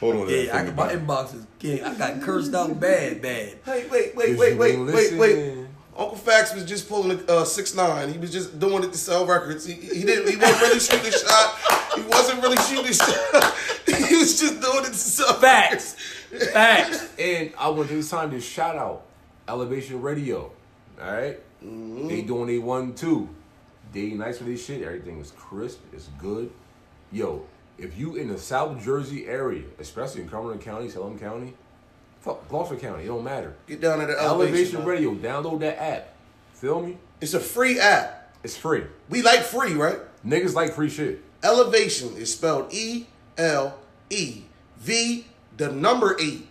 [SPEAKER 1] Hold on. to that
[SPEAKER 4] Yeah, I,
[SPEAKER 1] finger,
[SPEAKER 4] my
[SPEAKER 1] bro.
[SPEAKER 4] inbox is getting. I got cursed out bad, bad.
[SPEAKER 5] Hey, wait, wait,
[SPEAKER 2] If
[SPEAKER 5] wait,
[SPEAKER 2] you
[SPEAKER 5] wait,
[SPEAKER 2] been
[SPEAKER 5] wait, wait.
[SPEAKER 2] listening.
[SPEAKER 5] Uncle Fax was just pulling a uh, six nine. He was just doing it to sell records. He, he didn't. He wasn't really shooting a shot. He wasn't really shooting a shot. (laughs) he was just doing it to sell
[SPEAKER 4] Facts. Facts.
[SPEAKER 2] And I want to this time to shout out Elevation Radio. All right? they doing a one two. They nice with this shit. Everything is crisp. It's good. Yo, if you in the South Jersey area, especially in Cumberland County, Salem County, fuck Gloucester County, it don't matter.
[SPEAKER 5] Get down to the elevation.
[SPEAKER 2] Elevation
[SPEAKER 5] man.
[SPEAKER 2] Radio, download that app. Feel me?
[SPEAKER 5] It's a free app.
[SPEAKER 2] It's free.
[SPEAKER 5] We like free, right?
[SPEAKER 2] Niggas like free shit.
[SPEAKER 5] Elevation is spelled E L E V, the number eight,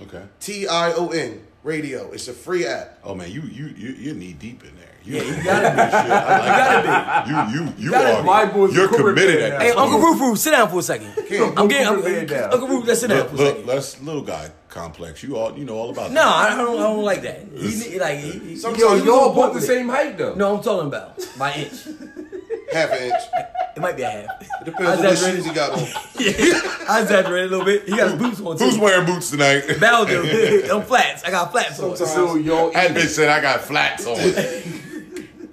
[SPEAKER 1] Okay.
[SPEAKER 5] T I O N, radio. It's a free app.
[SPEAKER 1] Oh man, you you you you knee deep in there. You,
[SPEAKER 4] Yeah, you gotta
[SPEAKER 1] Shit, (laughs)
[SPEAKER 4] be.
[SPEAKER 1] I
[SPEAKER 4] Gotta
[SPEAKER 1] like
[SPEAKER 4] be.
[SPEAKER 1] that. you you you
[SPEAKER 2] gotta
[SPEAKER 1] are
[SPEAKER 2] be. My boy's
[SPEAKER 1] you're
[SPEAKER 2] Cooper
[SPEAKER 1] committed
[SPEAKER 2] Bear
[SPEAKER 1] at
[SPEAKER 2] now.
[SPEAKER 1] this
[SPEAKER 4] Hey,
[SPEAKER 1] point.
[SPEAKER 4] Uncle Rufu, sit down for a second. I'm getting
[SPEAKER 3] Uncle
[SPEAKER 4] Uncle
[SPEAKER 3] Rufus, down.
[SPEAKER 4] Uncle Rufu, let's sit down
[SPEAKER 1] Look,
[SPEAKER 4] for a second.
[SPEAKER 1] look, let's little guy complex. You all you know all about
[SPEAKER 4] No,
[SPEAKER 1] that.
[SPEAKER 4] I don't, I don't like that. He, need- like, he, he,
[SPEAKER 5] Sometimes
[SPEAKER 2] Yo,
[SPEAKER 5] you
[SPEAKER 2] y'all
[SPEAKER 4] was
[SPEAKER 2] both the
[SPEAKER 4] with it.
[SPEAKER 2] same height though.
[SPEAKER 4] no, I'm talking about by inch. It
[SPEAKER 5] Half an inch.
[SPEAKER 4] might be a half.
[SPEAKER 5] Depends on what shoes
[SPEAKER 1] (laughs)
[SPEAKER 5] you got on.
[SPEAKER 4] (laughs) I exaggerated a little bit. He got his boots on too.
[SPEAKER 1] Who's wearing boots tonight? (laughs)
[SPEAKER 4] Bow do. (laughs) I'm flats. I got flats on.
[SPEAKER 3] Sometimes-
[SPEAKER 2] So y'all
[SPEAKER 1] That bitch said I got flats on.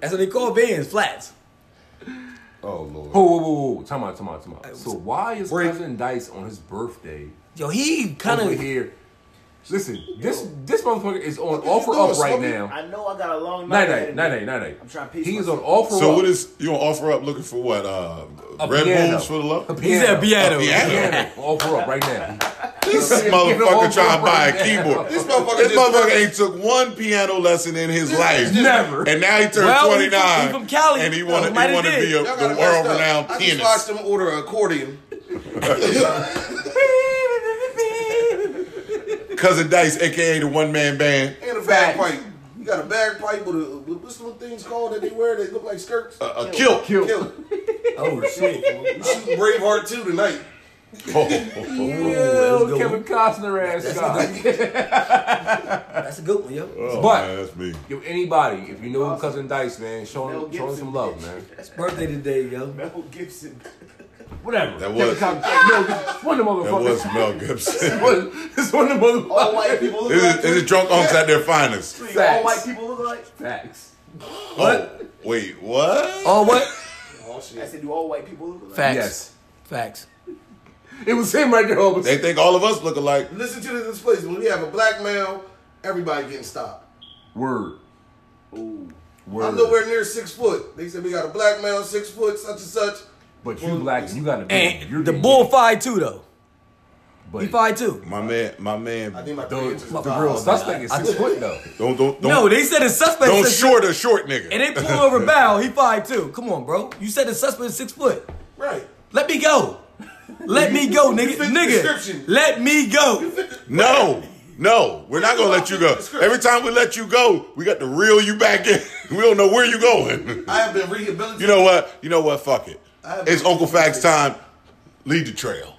[SPEAKER 4] That's what they call bands, flats.
[SPEAKER 2] Oh lord. Whoa, whoa, whoa, whoa. Time out, time out, time out. So why is
[SPEAKER 5] Break.
[SPEAKER 2] Cousin Dice on his birthday
[SPEAKER 4] Yo, he kind
[SPEAKER 2] over
[SPEAKER 4] of.
[SPEAKER 2] here? Listen, this this motherfucker is on
[SPEAKER 5] you
[SPEAKER 2] offer
[SPEAKER 5] doing,
[SPEAKER 2] up right
[SPEAKER 5] Smokey?
[SPEAKER 2] now.
[SPEAKER 6] I know I got a long
[SPEAKER 2] Night
[SPEAKER 6] night.
[SPEAKER 2] night, night night, night night.
[SPEAKER 6] I'm trying to piece
[SPEAKER 2] He is on
[SPEAKER 6] myself.
[SPEAKER 2] offer
[SPEAKER 1] So
[SPEAKER 2] up.
[SPEAKER 1] what is you gonna offer up looking for what? Uh
[SPEAKER 2] A
[SPEAKER 1] Red
[SPEAKER 2] piano.
[SPEAKER 1] Bulls for the love?
[SPEAKER 2] A
[SPEAKER 1] This
[SPEAKER 4] He's at piano.
[SPEAKER 6] (laughs)
[SPEAKER 1] piano.
[SPEAKER 2] Piano. offer up right now.
[SPEAKER 4] (laughs)
[SPEAKER 1] motherfucker trying to buy a
[SPEAKER 2] Yeah.
[SPEAKER 1] keyboard. This
[SPEAKER 5] motherfucker
[SPEAKER 1] motherfucker, this
[SPEAKER 5] just-
[SPEAKER 1] motherfucker ain't took one piano lesson in his life.
[SPEAKER 2] Never.
[SPEAKER 1] And now he turned
[SPEAKER 4] Well, he
[SPEAKER 1] 29.
[SPEAKER 4] from- he from Cali.
[SPEAKER 1] And he wanna,
[SPEAKER 4] Might
[SPEAKER 1] he
[SPEAKER 4] have
[SPEAKER 1] wanna
[SPEAKER 4] did.
[SPEAKER 1] be a,
[SPEAKER 5] Y'all
[SPEAKER 1] the
[SPEAKER 5] got it messed
[SPEAKER 1] world
[SPEAKER 5] up.
[SPEAKER 1] renowned
[SPEAKER 5] I
[SPEAKER 1] pianist.
[SPEAKER 5] just watched them order an accordion.
[SPEAKER 1] Cousin Dice, aka the one man band.
[SPEAKER 5] And a bagpipe. You got a bagpipe with a with- what's those things called that they wear that look like skirts?
[SPEAKER 1] A kilt.
[SPEAKER 5] Kill. Kill.
[SPEAKER 4] (laughs) Oh shit.
[SPEAKER 5] You shooting Braveheart 2 tonight.
[SPEAKER 2] Yo, Kevin Costner ass guy.
[SPEAKER 4] That's a good one, yo.
[SPEAKER 1] (laughs) Oh,
[SPEAKER 2] But-
[SPEAKER 1] man, that's me.
[SPEAKER 2] Yo, anybody, if you know Cousin Dice, man, show him,
[SPEAKER 6] Mel
[SPEAKER 2] show him
[SPEAKER 6] Gibson.
[SPEAKER 2] some love, man.
[SPEAKER 4] It's birthday today, yo.
[SPEAKER 6] Mel Gibson.
[SPEAKER 2] Whatever.
[SPEAKER 1] That was-
[SPEAKER 2] Kevin Costner. No, this one of the
[SPEAKER 1] That was
[SPEAKER 2] (laughs) motherfuckers.
[SPEAKER 1] Mel
[SPEAKER 4] (laughs)
[SPEAKER 1] Gibson.
[SPEAKER 2] This one of the
[SPEAKER 6] (laughs) All
[SPEAKER 2] motherfuckers.
[SPEAKER 6] white people look
[SPEAKER 1] Is it,
[SPEAKER 6] like.
[SPEAKER 1] is it drunk unks at their finest?
[SPEAKER 6] All white people look like.
[SPEAKER 2] Facts.
[SPEAKER 1] Oh, wait, what?
[SPEAKER 4] Oh what?
[SPEAKER 5] Oh
[SPEAKER 6] I
[SPEAKER 5] shit.
[SPEAKER 6] said, do all white people look like?
[SPEAKER 4] Facts.
[SPEAKER 2] Yes.
[SPEAKER 4] Facts.
[SPEAKER 2] It was him right there. All
[SPEAKER 1] They think all of us look alike.
[SPEAKER 5] Listen to this place. When we have a black male, everybody getting stopped.
[SPEAKER 2] Word. Word.
[SPEAKER 5] I'm nowhere near six foot. They said we got a black male, six foot, such and such.
[SPEAKER 2] But you black, you gotta be.
[SPEAKER 4] And
[SPEAKER 2] you're
[SPEAKER 4] the
[SPEAKER 2] getting-
[SPEAKER 4] bull fired too though.
[SPEAKER 2] But
[SPEAKER 4] He fired too.
[SPEAKER 1] My man, my man.
[SPEAKER 5] I think my three
[SPEAKER 2] the,
[SPEAKER 5] inches
[SPEAKER 2] the
[SPEAKER 5] is
[SPEAKER 2] real
[SPEAKER 5] tall.
[SPEAKER 2] suspect is six foot
[SPEAKER 4] (laughs)
[SPEAKER 2] though.
[SPEAKER 1] Don't don't don't,
[SPEAKER 4] No, they said the suspect.
[SPEAKER 1] don't
[SPEAKER 4] said-
[SPEAKER 1] short a short
[SPEAKER 4] And
[SPEAKER 1] nigga.
[SPEAKER 4] they pulled
[SPEAKER 1] (laughs)
[SPEAKER 4] over Bow. He fired too. Come on, bro. You said the suspect is six foot.
[SPEAKER 5] Right.
[SPEAKER 4] Let me go. Let me go, nigga.
[SPEAKER 5] fit the description.
[SPEAKER 4] Nigga. Let me go.
[SPEAKER 1] No. No, we're not gonna let you go. Every time we let you go, we got to reel you back in. (laughs) We don't know where you going. (laughs)
[SPEAKER 5] I have been rehabilitated.
[SPEAKER 1] You know what? You know what? Fuck it. It's Uncle Facts time. Lead the trail.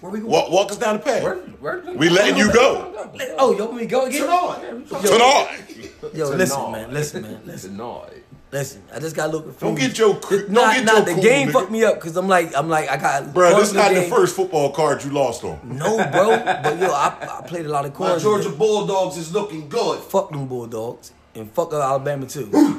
[SPEAKER 4] Where we going?
[SPEAKER 1] Walk, walk us down the path.
[SPEAKER 2] Where-
[SPEAKER 1] We letting you go.
[SPEAKER 4] Let- Oh, you want me to go again?
[SPEAKER 5] Turn on.
[SPEAKER 1] Turn on.
[SPEAKER 4] Yo,
[SPEAKER 2] It's a
[SPEAKER 4] listen,
[SPEAKER 2] nod.
[SPEAKER 4] man. Listen, man.
[SPEAKER 2] It's
[SPEAKER 4] Listen,
[SPEAKER 2] annoyed.
[SPEAKER 4] listen. I just got a little
[SPEAKER 1] Don't
[SPEAKER 4] confused.
[SPEAKER 1] get your cr- don't
[SPEAKER 4] nah,
[SPEAKER 1] get
[SPEAKER 4] nah,
[SPEAKER 1] your
[SPEAKER 4] the
[SPEAKER 1] cool,
[SPEAKER 4] game
[SPEAKER 1] nigga.
[SPEAKER 4] fucked me up because I'm like, I'm like, I got.
[SPEAKER 1] Bro, this
[SPEAKER 4] lost in
[SPEAKER 1] not the
[SPEAKER 4] game.
[SPEAKER 1] first football card you lost on.
[SPEAKER 4] No, bro. But yo, I, I played a lot of
[SPEAKER 5] My
[SPEAKER 4] cards.
[SPEAKER 5] Georgia Bulldogs is looking good.
[SPEAKER 4] Fuck them Bulldogs and fuck
[SPEAKER 1] (gasps)
[SPEAKER 4] Alabama too.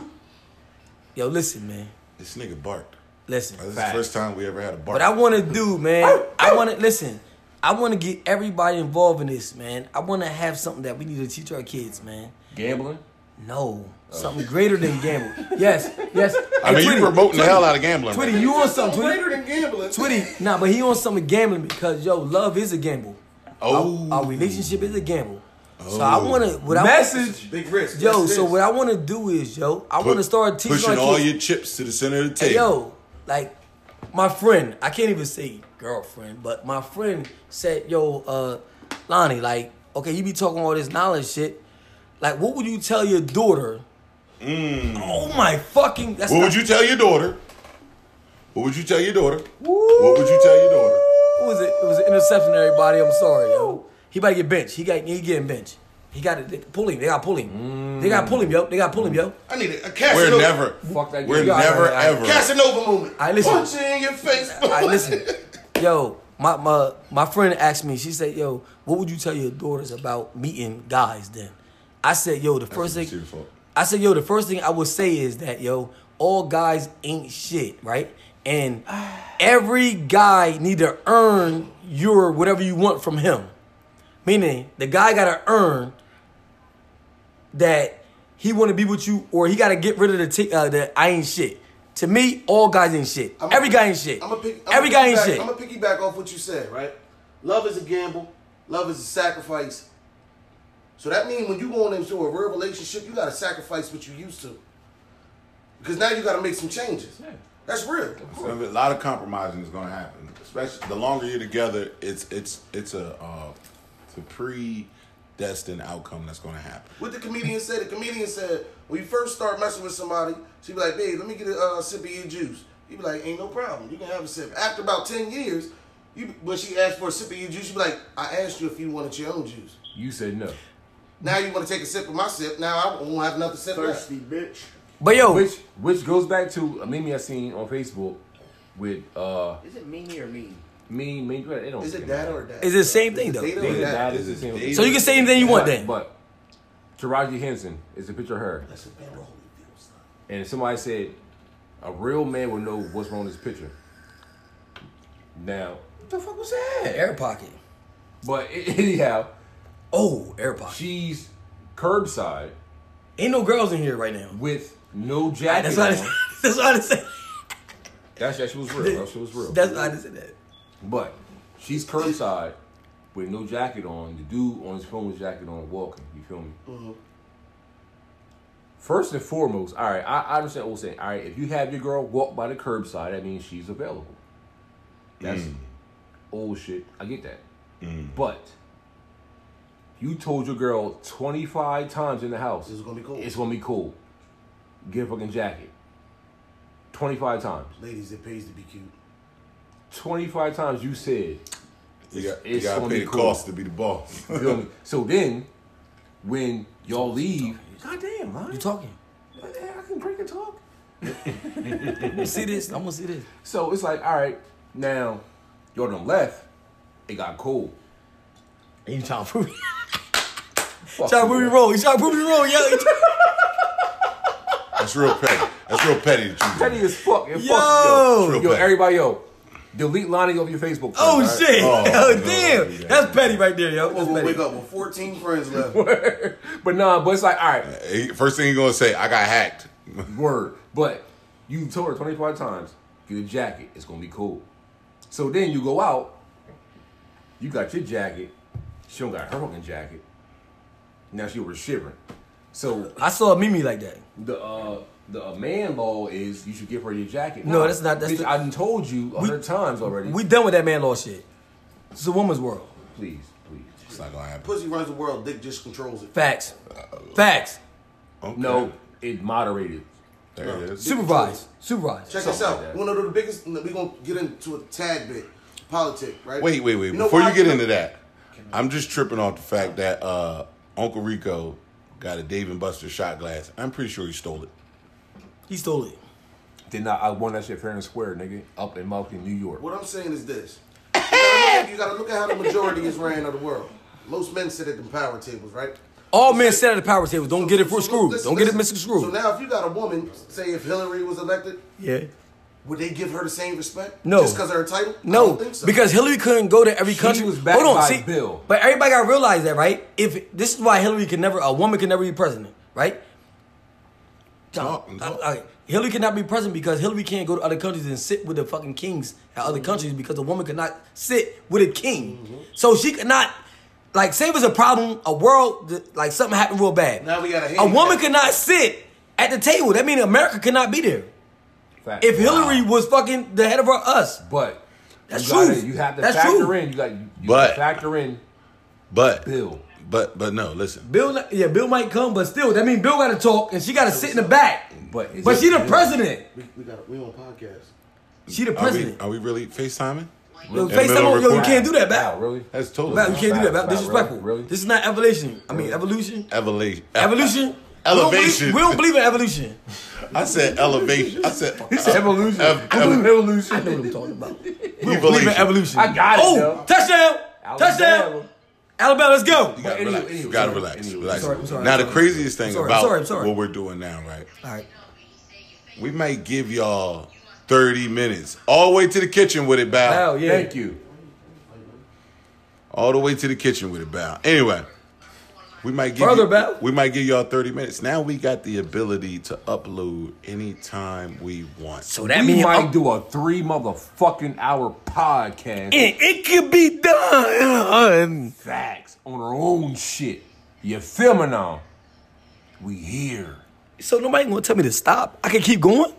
[SPEAKER 4] yo, listen, man.
[SPEAKER 1] This nigga barked.
[SPEAKER 4] Listen.
[SPEAKER 1] This is the first time we ever had a bark.
[SPEAKER 4] But I want to do, man. I want to listen. I want to get everybody involved in this, man. I want to have something that we need to teach our kids, man.
[SPEAKER 2] Gambling.
[SPEAKER 4] No, something greater than gambling. Yes, yes.
[SPEAKER 1] Oh. (laughs) I mean, you promoting the hell out of gambling.
[SPEAKER 4] Twitty, you on something?
[SPEAKER 5] Greater
[SPEAKER 4] Twitty,
[SPEAKER 5] than gambling.
[SPEAKER 4] Twitty. Nah, but he on something gambling because yo, love is a gamble.
[SPEAKER 1] oh,
[SPEAKER 4] Our relationship is a gamble. So I want to. What
[SPEAKER 2] Message.
[SPEAKER 5] Big risk.
[SPEAKER 4] I, yo,
[SPEAKER 5] Yes, it
[SPEAKER 4] so
[SPEAKER 5] is.
[SPEAKER 4] what I want to do is, yo, I
[SPEAKER 1] Put-
[SPEAKER 4] want to start teaching
[SPEAKER 1] pushing
[SPEAKER 4] our
[SPEAKER 1] all
[SPEAKER 4] kids-
[SPEAKER 1] your chips to the center of the
[SPEAKER 4] Hey,
[SPEAKER 1] table.
[SPEAKER 4] yo, like my friend, I can't even say girlfriend, but my friend said, yo, uh, Lonnie, like, okay, you be talking all this knowledge shit. Like, what would you tell your daughter? Oh my fucking that's
[SPEAKER 1] Mm. what
[SPEAKER 4] not-
[SPEAKER 1] would you tell your daughter? What would you tell your daughter? What would you tell your daughter?
[SPEAKER 4] It was a, it was an interception, everybody. I'm sorry, yo. He about to get benched. He got he getting benched. He got it. They, pull him. They got pull him. They got pull him, yo. They got pull him, yo.
[SPEAKER 5] I need a, a
[SPEAKER 1] We're
[SPEAKER 5] Casanova.
[SPEAKER 1] never,
[SPEAKER 2] Fuck that
[SPEAKER 1] we're
[SPEAKER 2] game. Yeah,
[SPEAKER 1] never
[SPEAKER 2] I- I-
[SPEAKER 1] ever.
[SPEAKER 5] Casanova moment.
[SPEAKER 4] I listen.
[SPEAKER 5] Punch you in your face.
[SPEAKER 4] All right, listen, yo, my, my my friend asked me. She said, "Yo, what would you tell your daughters about meeting guys?" Then I said, "Yo, the first
[SPEAKER 1] It's your
[SPEAKER 4] thing
[SPEAKER 1] fault.
[SPEAKER 4] I said, yo, the first thing I would say is that yo, all guys ain't shit, right? And every guy need to earn your whatever you want from him. Meaning, the guy gotta earn that he want to be with you, or he gotta get rid of the t- uh, the I ain't shit. To me, all guys ain't shit.
[SPEAKER 5] I'ma-
[SPEAKER 4] every guy ain't shit.
[SPEAKER 5] I'ma pick- I'ma
[SPEAKER 4] every guy ain't
[SPEAKER 5] piggyback-
[SPEAKER 4] shit.
[SPEAKER 5] I'ma piggyback off what you said, right? Love is a gamble. Love is a sacrifice. So that means when you going into a real relationship, you gotta sacrifice what you used to. Because now you gotta make some changes. That's real.
[SPEAKER 1] So a lot of compromising is going to happen. Especially the longer you're together, it's it's it's a uh, it's a predestined outcome that's going to happen.
[SPEAKER 5] What the comedian said, the comedian said, when you first start messing with somebody, she be like, babe, let me get a uh, sip of your juice. You be like, ain't no problem. You can have a sip. After about 10 years, you when she asked for a sip of your juice, you be like, I asked you if you wanted your own juice.
[SPEAKER 2] You said no.
[SPEAKER 5] Now you want to take a sip of my sip. Now I won't have nothing to sip left.
[SPEAKER 3] Thirsty bitch.
[SPEAKER 4] But yo,
[SPEAKER 2] Which which goes back to a meme I seen on Facebook with uh
[SPEAKER 6] Is it meanie or mean?
[SPEAKER 2] me me. It don't
[SPEAKER 5] Is it
[SPEAKER 2] fucking
[SPEAKER 5] that
[SPEAKER 2] matter.
[SPEAKER 5] or that?
[SPEAKER 4] it's the same thing
[SPEAKER 5] Data
[SPEAKER 4] though.
[SPEAKER 5] or
[SPEAKER 2] They did
[SPEAKER 5] that?
[SPEAKER 2] that is the same thing.
[SPEAKER 4] So you can say anything you want then.
[SPEAKER 2] But Taraji Henson is a picture of her, and somebody said a real man would know what's wrong with this picture. Now, what the fuck was that?
[SPEAKER 4] Air pocket.
[SPEAKER 2] But anyhow,
[SPEAKER 4] Oh, air pocket.
[SPEAKER 2] she's curbside
[SPEAKER 4] Ain't no girls in here right now.
[SPEAKER 2] with no jacket
[SPEAKER 4] That's why. I,
[SPEAKER 2] on.
[SPEAKER 4] (laughs) that's why I said.
[SPEAKER 2] That's that shit was real. That shit was real.
[SPEAKER 4] That's why I said that.
[SPEAKER 2] But she's curbside with no jacket on. The dude on his phone with jacket on, walking. You feel me? First and foremost, all right. I, I understand what we're saying. All right, if you have your girl walk by the curbside, that means she's available. That's old shit. I get that. But you told your girl twenty five times in the house
[SPEAKER 5] This is gonna be cool.
[SPEAKER 2] it's gonna be cool. Get a fucking jacket. Twenty five times.
[SPEAKER 5] Ladies, it pays to be cute.
[SPEAKER 2] Twenty five times you said
[SPEAKER 1] You got you
[SPEAKER 2] It's
[SPEAKER 1] got to
[SPEAKER 2] gonna
[SPEAKER 1] pay
[SPEAKER 2] be
[SPEAKER 1] the
[SPEAKER 2] cool.
[SPEAKER 1] cost to be the boss. (laughs)
[SPEAKER 2] You
[SPEAKER 4] (laughs)
[SPEAKER 2] feel me? So then, when y'all leave, goddamn, man,
[SPEAKER 4] You talking?
[SPEAKER 2] I can drink and talk.
[SPEAKER 4] I'm gonna see this. I'm gonna see this.
[SPEAKER 2] So it's like, all right, now y'all done left. It got cold.
[SPEAKER 4] And you trying to prove me?
[SPEAKER 2] Fuck
[SPEAKER 4] Trying to prove me wrong. You trying to prove me wrong, yo. You trying-
[SPEAKER 1] That's real petty. That's real petty. That you
[SPEAKER 2] Petty as fuck. And
[SPEAKER 4] Yo!
[SPEAKER 2] fuck yo.
[SPEAKER 1] Real
[SPEAKER 2] yo,
[SPEAKER 1] petty.
[SPEAKER 2] everybody, yo, delete Lonnie off your Facebook.
[SPEAKER 4] Oh
[SPEAKER 2] friends, all right?
[SPEAKER 4] shit!
[SPEAKER 1] Oh,
[SPEAKER 4] Oh,
[SPEAKER 1] no,
[SPEAKER 4] damn!
[SPEAKER 1] yeah.
[SPEAKER 4] That's petty right there, yo. That's
[SPEAKER 5] We're gonna
[SPEAKER 4] petty.
[SPEAKER 5] wake up with 14
[SPEAKER 4] (laughs)
[SPEAKER 5] friends left.
[SPEAKER 2] But nah, but it's like, all right,
[SPEAKER 1] Hey, First thing you're gonna say, I got hacked.
[SPEAKER 2] word. But you told her twenty five times, get a jacket. It's gonna be cool. So then you go out. You got your jacket. She don't got her fucking jacket. Now she over shivering. So
[SPEAKER 4] I saw a Mimi like that.
[SPEAKER 2] The uh, the uh, man law is you should give her your jacket.
[SPEAKER 4] No,
[SPEAKER 2] Nah,
[SPEAKER 4] that's not- that's
[SPEAKER 2] bitch,
[SPEAKER 4] the-
[SPEAKER 2] I done told you a hundred times already.
[SPEAKER 4] We done with that man law shit. It's a woman's world.
[SPEAKER 2] please, please.
[SPEAKER 1] It's not gonna happen.
[SPEAKER 5] Pussy runs the world, dick just controls it.
[SPEAKER 4] Facts. Facts.
[SPEAKER 1] Okay.
[SPEAKER 2] No, it moderated.
[SPEAKER 1] There it is.
[SPEAKER 4] Supervise. Supervise.
[SPEAKER 5] Check this
[SPEAKER 2] Something
[SPEAKER 5] out.
[SPEAKER 2] like that.
[SPEAKER 5] One of the biggest. We're gonna get into a tad bit politic, right?
[SPEAKER 1] Wait, wait, wait.
[SPEAKER 5] You know
[SPEAKER 1] Before
[SPEAKER 5] why
[SPEAKER 1] you get
[SPEAKER 5] I-
[SPEAKER 1] into that, I'm just tripping off the fact that uh, Uncle Rico got a Dave and Buster shot glass. I'm pretty sure he stole it.
[SPEAKER 4] He stole it.
[SPEAKER 2] Did not. I won that shit fair and square, nigga. Up in Malkin, New York.
[SPEAKER 5] What I'm saying is this: you gotta, look, you gotta look at how the majority is ran of the world. Most men sit at the power tables, right?
[SPEAKER 4] All men sit at the power table. Don't get it for
[SPEAKER 5] So,
[SPEAKER 4] a screw.
[SPEAKER 5] listen,
[SPEAKER 4] Don't get it,
[SPEAKER 5] listen.
[SPEAKER 4] Mr. Screw.
[SPEAKER 5] So now, if you got a woman, say if Hillary was elected,
[SPEAKER 4] yeah.
[SPEAKER 5] would they give her the same respect?
[SPEAKER 4] No.
[SPEAKER 5] just because her title? I
[SPEAKER 4] No,
[SPEAKER 5] don't think so.
[SPEAKER 4] because Hillary couldn't go to every
[SPEAKER 2] She
[SPEAKER 4] country.
[SPEAKER 2] was backed by Bill.
[SPEAKER 4] But everybody got to realize that, right? If this is why Hillary can never, a woman can never be president, right?
[SPEAKER 1] Talk,
[SPEAKER 4] I-
[SPEAKER 1] talk.
[SPEAKER 4] I- Hillary cannot be president because Hillary can't go to other countries and sit with the fucking kings at other countries because a woman cannot sit with a king. So she could not, like, say it was a problem, a world, that- like something happened real bad.
[SPEAKER 5] Now we got a
[SPEAKER 4] a woman
[SPEAKER 5] handicap.
[SPEAKER 4] cannot sit at the table. That means America cannot be there.
[SPEAKER 2] Fact.
[SPEAKER 4] If Hillary was fucking the head of us,
[SPEAKER 2] but
[SPEAKER 4] That's
[SPEAKER 2] you gotta-
[SPEAKER 4] true.
[SPEAKER 2] You have to
[SPEAKER 4] That's
[SPEAKER 2] factor
[SPEAKER 4] true.
[SPEAKER 2] in. You got. You
[SPEAKER 1] But-
[SPEAKER 2] gotta factor in
[SPEAKER 1] But
[SPEAKER 2] Bill.
[SPEAKER 1] but but no, listen.
[SPEAKER 4] Bill, not- yeah, Bill might come, but still, that means Bill got to talk, and she got to sit in the back.
[SPEAKER 2] But is
[SPEAKER 4] But
[SPEAKER 2] it
[SPEAKER 4] she the
[SPEAKER 2] Bill?
[SPEAKER 4] president.
[SPEAKER 5] we, we got we on podcast.
[SPEAKER 4] She the
[SPEAKER 1] Are we,
[SPEAKER 4] president.
[SPEAKER 1] are we really FaceTiming?
[SPEAKER 4] Yo,
[SPEAKER 1] in the
[SPEAKER 4] face
[SPEAKER 1] middle
[SPEAKER 4] someone,
[SPEAKER 1] of
[SPEAKER 4] yo, you
[SPEAKER 1] recording?
[SPEAKER 4] can't do that,
[SPEAKER 2] Wow,
[SPEAKER 4] Bow.
[SPEAKER 2] really?
[SPEAKER 1] That's totally
[SPEAKER 4] Bow, you can't do that, Bow.
[SPEAKER 2] Bow, really?
[SPEAKER 4] Disrespectful.
[SPEAKER 2] Really?
[SPEAKER 4] This is not evolution. I mean, evolution.
[SPEAKER 1] evolution.
[SPEAKER 4] Evolution.
[SPEAKER 1] Elevation.
[SPEAKER 4] We don't believe, we don't believe in evolution.
[SPEAKER 1] I said elevation. I said
[SPEAKER 2] It's evolution.
[SPEAKER 1] Ev-
[SPEAKER 2] I believe in evolution.
[SPEAKER 4] I know what I'm talking about. We don't
[SPEAKER 1] Evolution.
[SPEAKER 4] believe in evolution.
[SPEAKER 2] I got it,
[SPEAKER 4] Oh,
[SPEAKER 2] though.
[SPEAKER 4] touchdown!
[SPEAKER 2] Alabama.
[SPEAKER 4] Touchdown! Alabama, let's go.
[SPEAKER 1] You gotta
[SPEAKER 2] Anyway,
[SPEAKER 1] relax.
[SPEAKER 2] anyway,
[SPEAKER 1] you gotta
[SPEAKER 2] sorry.
[SPEAKER 1] relax.
[SPEAKER 2] Anyway.
[SPEAKER 1] relax.
[SPEAKER 4] I'm sorry, I'm sorry,
[SPEAKER 1] now
[SPEAKER 4] I'm
[SPEAKER 1] the
[SPEAKER 4] sorry.
[SPEAKER 1] craziest thing
[SPEAKER 4] I'm sorry, I'm
[SPEAKER 1] about
[SPEAKER 4] sorry, I'm sorry.
[SPEAKER 1] what we're doing now, right?
[SPEAKER 4] All right.
[SPEAKER 1] We might give y'all 30 minutes. All the way to the kitchen with it, Bow.
[SPEAKER 4] Bow, yeah.
[SPEAKER 2] Thank you.
[SPEAKER 1] All the way to the kitchen with it, Bow. Anyway. We might give
[SPEAKER 4] Further,
[SPEAKER 1] you-
[SPEAKER 4] Bow.
[SPEAKER 1] we might give y'all 30 minutes. Now we got the ability to upload anytime we want.
[SPEAKER 4] So that
[SPEAKER 2] we
[SPEAKER 4] means
[SPEAKER 2] might
[SPEAKER 4] I'm-
[SPEAKER 2] do a three motherfucking hour podcast.
[SPEAKER 4] it, it could be done.
[SPEAKER 2] facts on our own shit. You feel me now? We here.
[SPEAKER 4] So nobody gonna tell me to stop. I can keep going.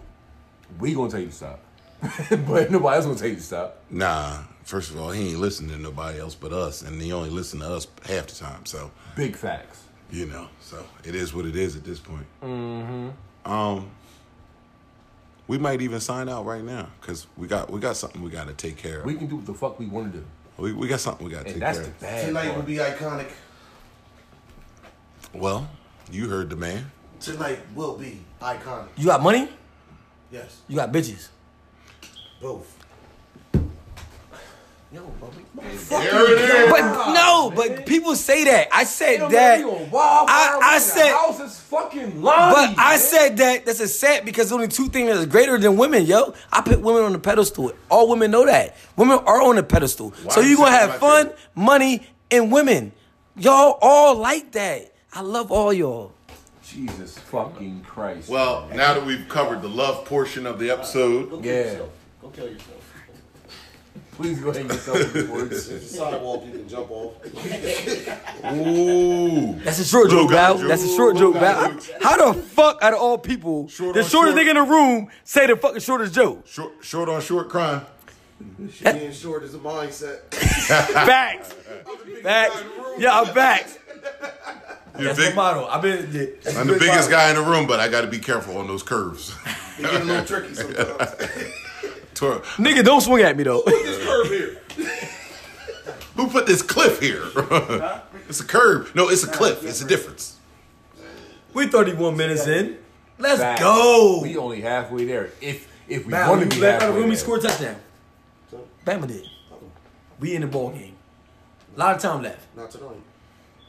[SPEAKER 2] We gonna tell you to stop, (laughs) but nobody else gonna tell you to stop.
[SPEAKER 1] Nah, first of all, he ain't listening to nobody else but us, and he only listen to us half the time. So
[SPEAKER 2] Big facts.
[SPEAKER 1] you know, so it is what it is at this point. Mm-hmm. Um, we might even sign out right now because we got we got something we got to take care of.
[SPEAKER 2] We
[SPEAKER 1] We,
[SPEAKER 2] can do what the fuck we want to do,
[SPEAKER 1] we, got something we got to
[SPEAKER 2] and
[SPEAKER 1] take
[SPEAKER 2] that's
[SPEAKER 1] care
[SPEAKER 2] the
[SPEAKER 1] of.
[SPEAKER 2] bad
[SPEAKER 5] Tonight
[SPEAKER 2] part.
[SPEAKER 5] will be iconic.
[SPEAKER 1] Well, you heard the man.
[SPEAKER 5] Tonight will be iconic.
[SPEAKER 4] You got money?
[SPEAKER 5] Yes,
[SPEAKER 4] You got bitches.
[SPEAKER 5] both.
[SPEAKER 4] But no, but people say that. I said that. I, I said,
[SPEAKER 2] house is fucking
[SPEAKER 4] but I said that. That's a set because only two things that is greater than women, yo. I put women on the pedestal. All women know that. Women are on the pedestal. so
[SPEAKER 1] you
[SPEAKER 4] you gonna
[SPEAKER 1] say
[SPEAKER 4] have
[SPEAKER 1] like
[SPEAKER 4] fun,
[SPEAKER 1] that?
[SPEAKER 4] money, and women. Y'all all like that. I love all y'all.
[SPEAKER 2] Jesus fucking Christ.
[SPEAKER 1] Well, now that we've covered the love portion of the episode,
[SPEAKER 2] yeah.
[SPEAKER 6] Go kill yourself.
[SPEAKER 2] Please go ahead and get
[SPEAKER 1] (laughs)
[SPEAKER 2] something for it.
[SPEAKER 5] Sidewalk you can jump off.
[SPEAKER 1] ooh,
[SPEAKER 4] That's a short
[SPEAKER 1] Little
[SPEAKER 4] joke,
[SPEAKER 1] guy
[SPEAKER 4] Val.
[SPEAKER 1] jokes.
[SPEAKER 4] That's a short
[SPEAKER 1] Little
[SPEAKER 4] joke,
[SPEAKER 1] guy
[SPEAKER 4] Val.
[SPEAKER 1] jokes.
[SPEAKER 4] How the fuck out of all people,
[SPEAKER 1] Short
[SPEAKER 4] the
[SPEAKER 1] on
[SPEAKER 4] shortest
[SPEAKER 1] short.
[SPEAKER 4] nigga in the room say the fucking
[SPEAKER 1] (laughs)
[SPEAKER 4] shortest joke?
[SPEAKER 1] short, short on short crime.
[SPEAKER 5] Being short is a mindset.
[SPEAKER 4] Facts. Facts. Yeah, I'm facts.
[SPEAKER 1] You're
[SPEAKER 4] That's
[SPEAKER 1] big-
[SPEAKER 4] my motto. I've been. Yeah, that's
[SPEAKER 1] I'm the
[SPEAKER 4] my
[SPEAKER 1] biggest
[SPEAKER 4] motto.
[SPEAKER 1] guy in the room, but I got to be careful on those curves. (laughs)
[SPEAKER 5] It get a little tricky sometimes.
[SPEAKER 1] Tor-
[SPEAKER 4] Nigga, don't swing at me though. (laughs)
[SPEAKER 5] this curve here.
[SPEAKER 1] Who put this cliff here? (laughs) it's a curb. No, it's a cliff. It's a difference.
[SPEAKER 4] we 31 minutes in. Let's
[SPEAKER 2] Facts.
[SPEAKER 4] go.
[SPEAKER 2] We only halfway there. If if we
[SPEAKER 4] Bam,
[SPEAKER 2] want to
[SPEAKER 4] we
[SPEAKER 2] be
[SPEAKER 4] back out
[SPEAKER 2] halfway
[SPEAKER 4] of the room. We
[SPEAKER 2] there.
[SPEAKER 4] scored a touchdown. Bama did. We in the ball game. A lot of time left.
[SPEAKER 5] Not tonight.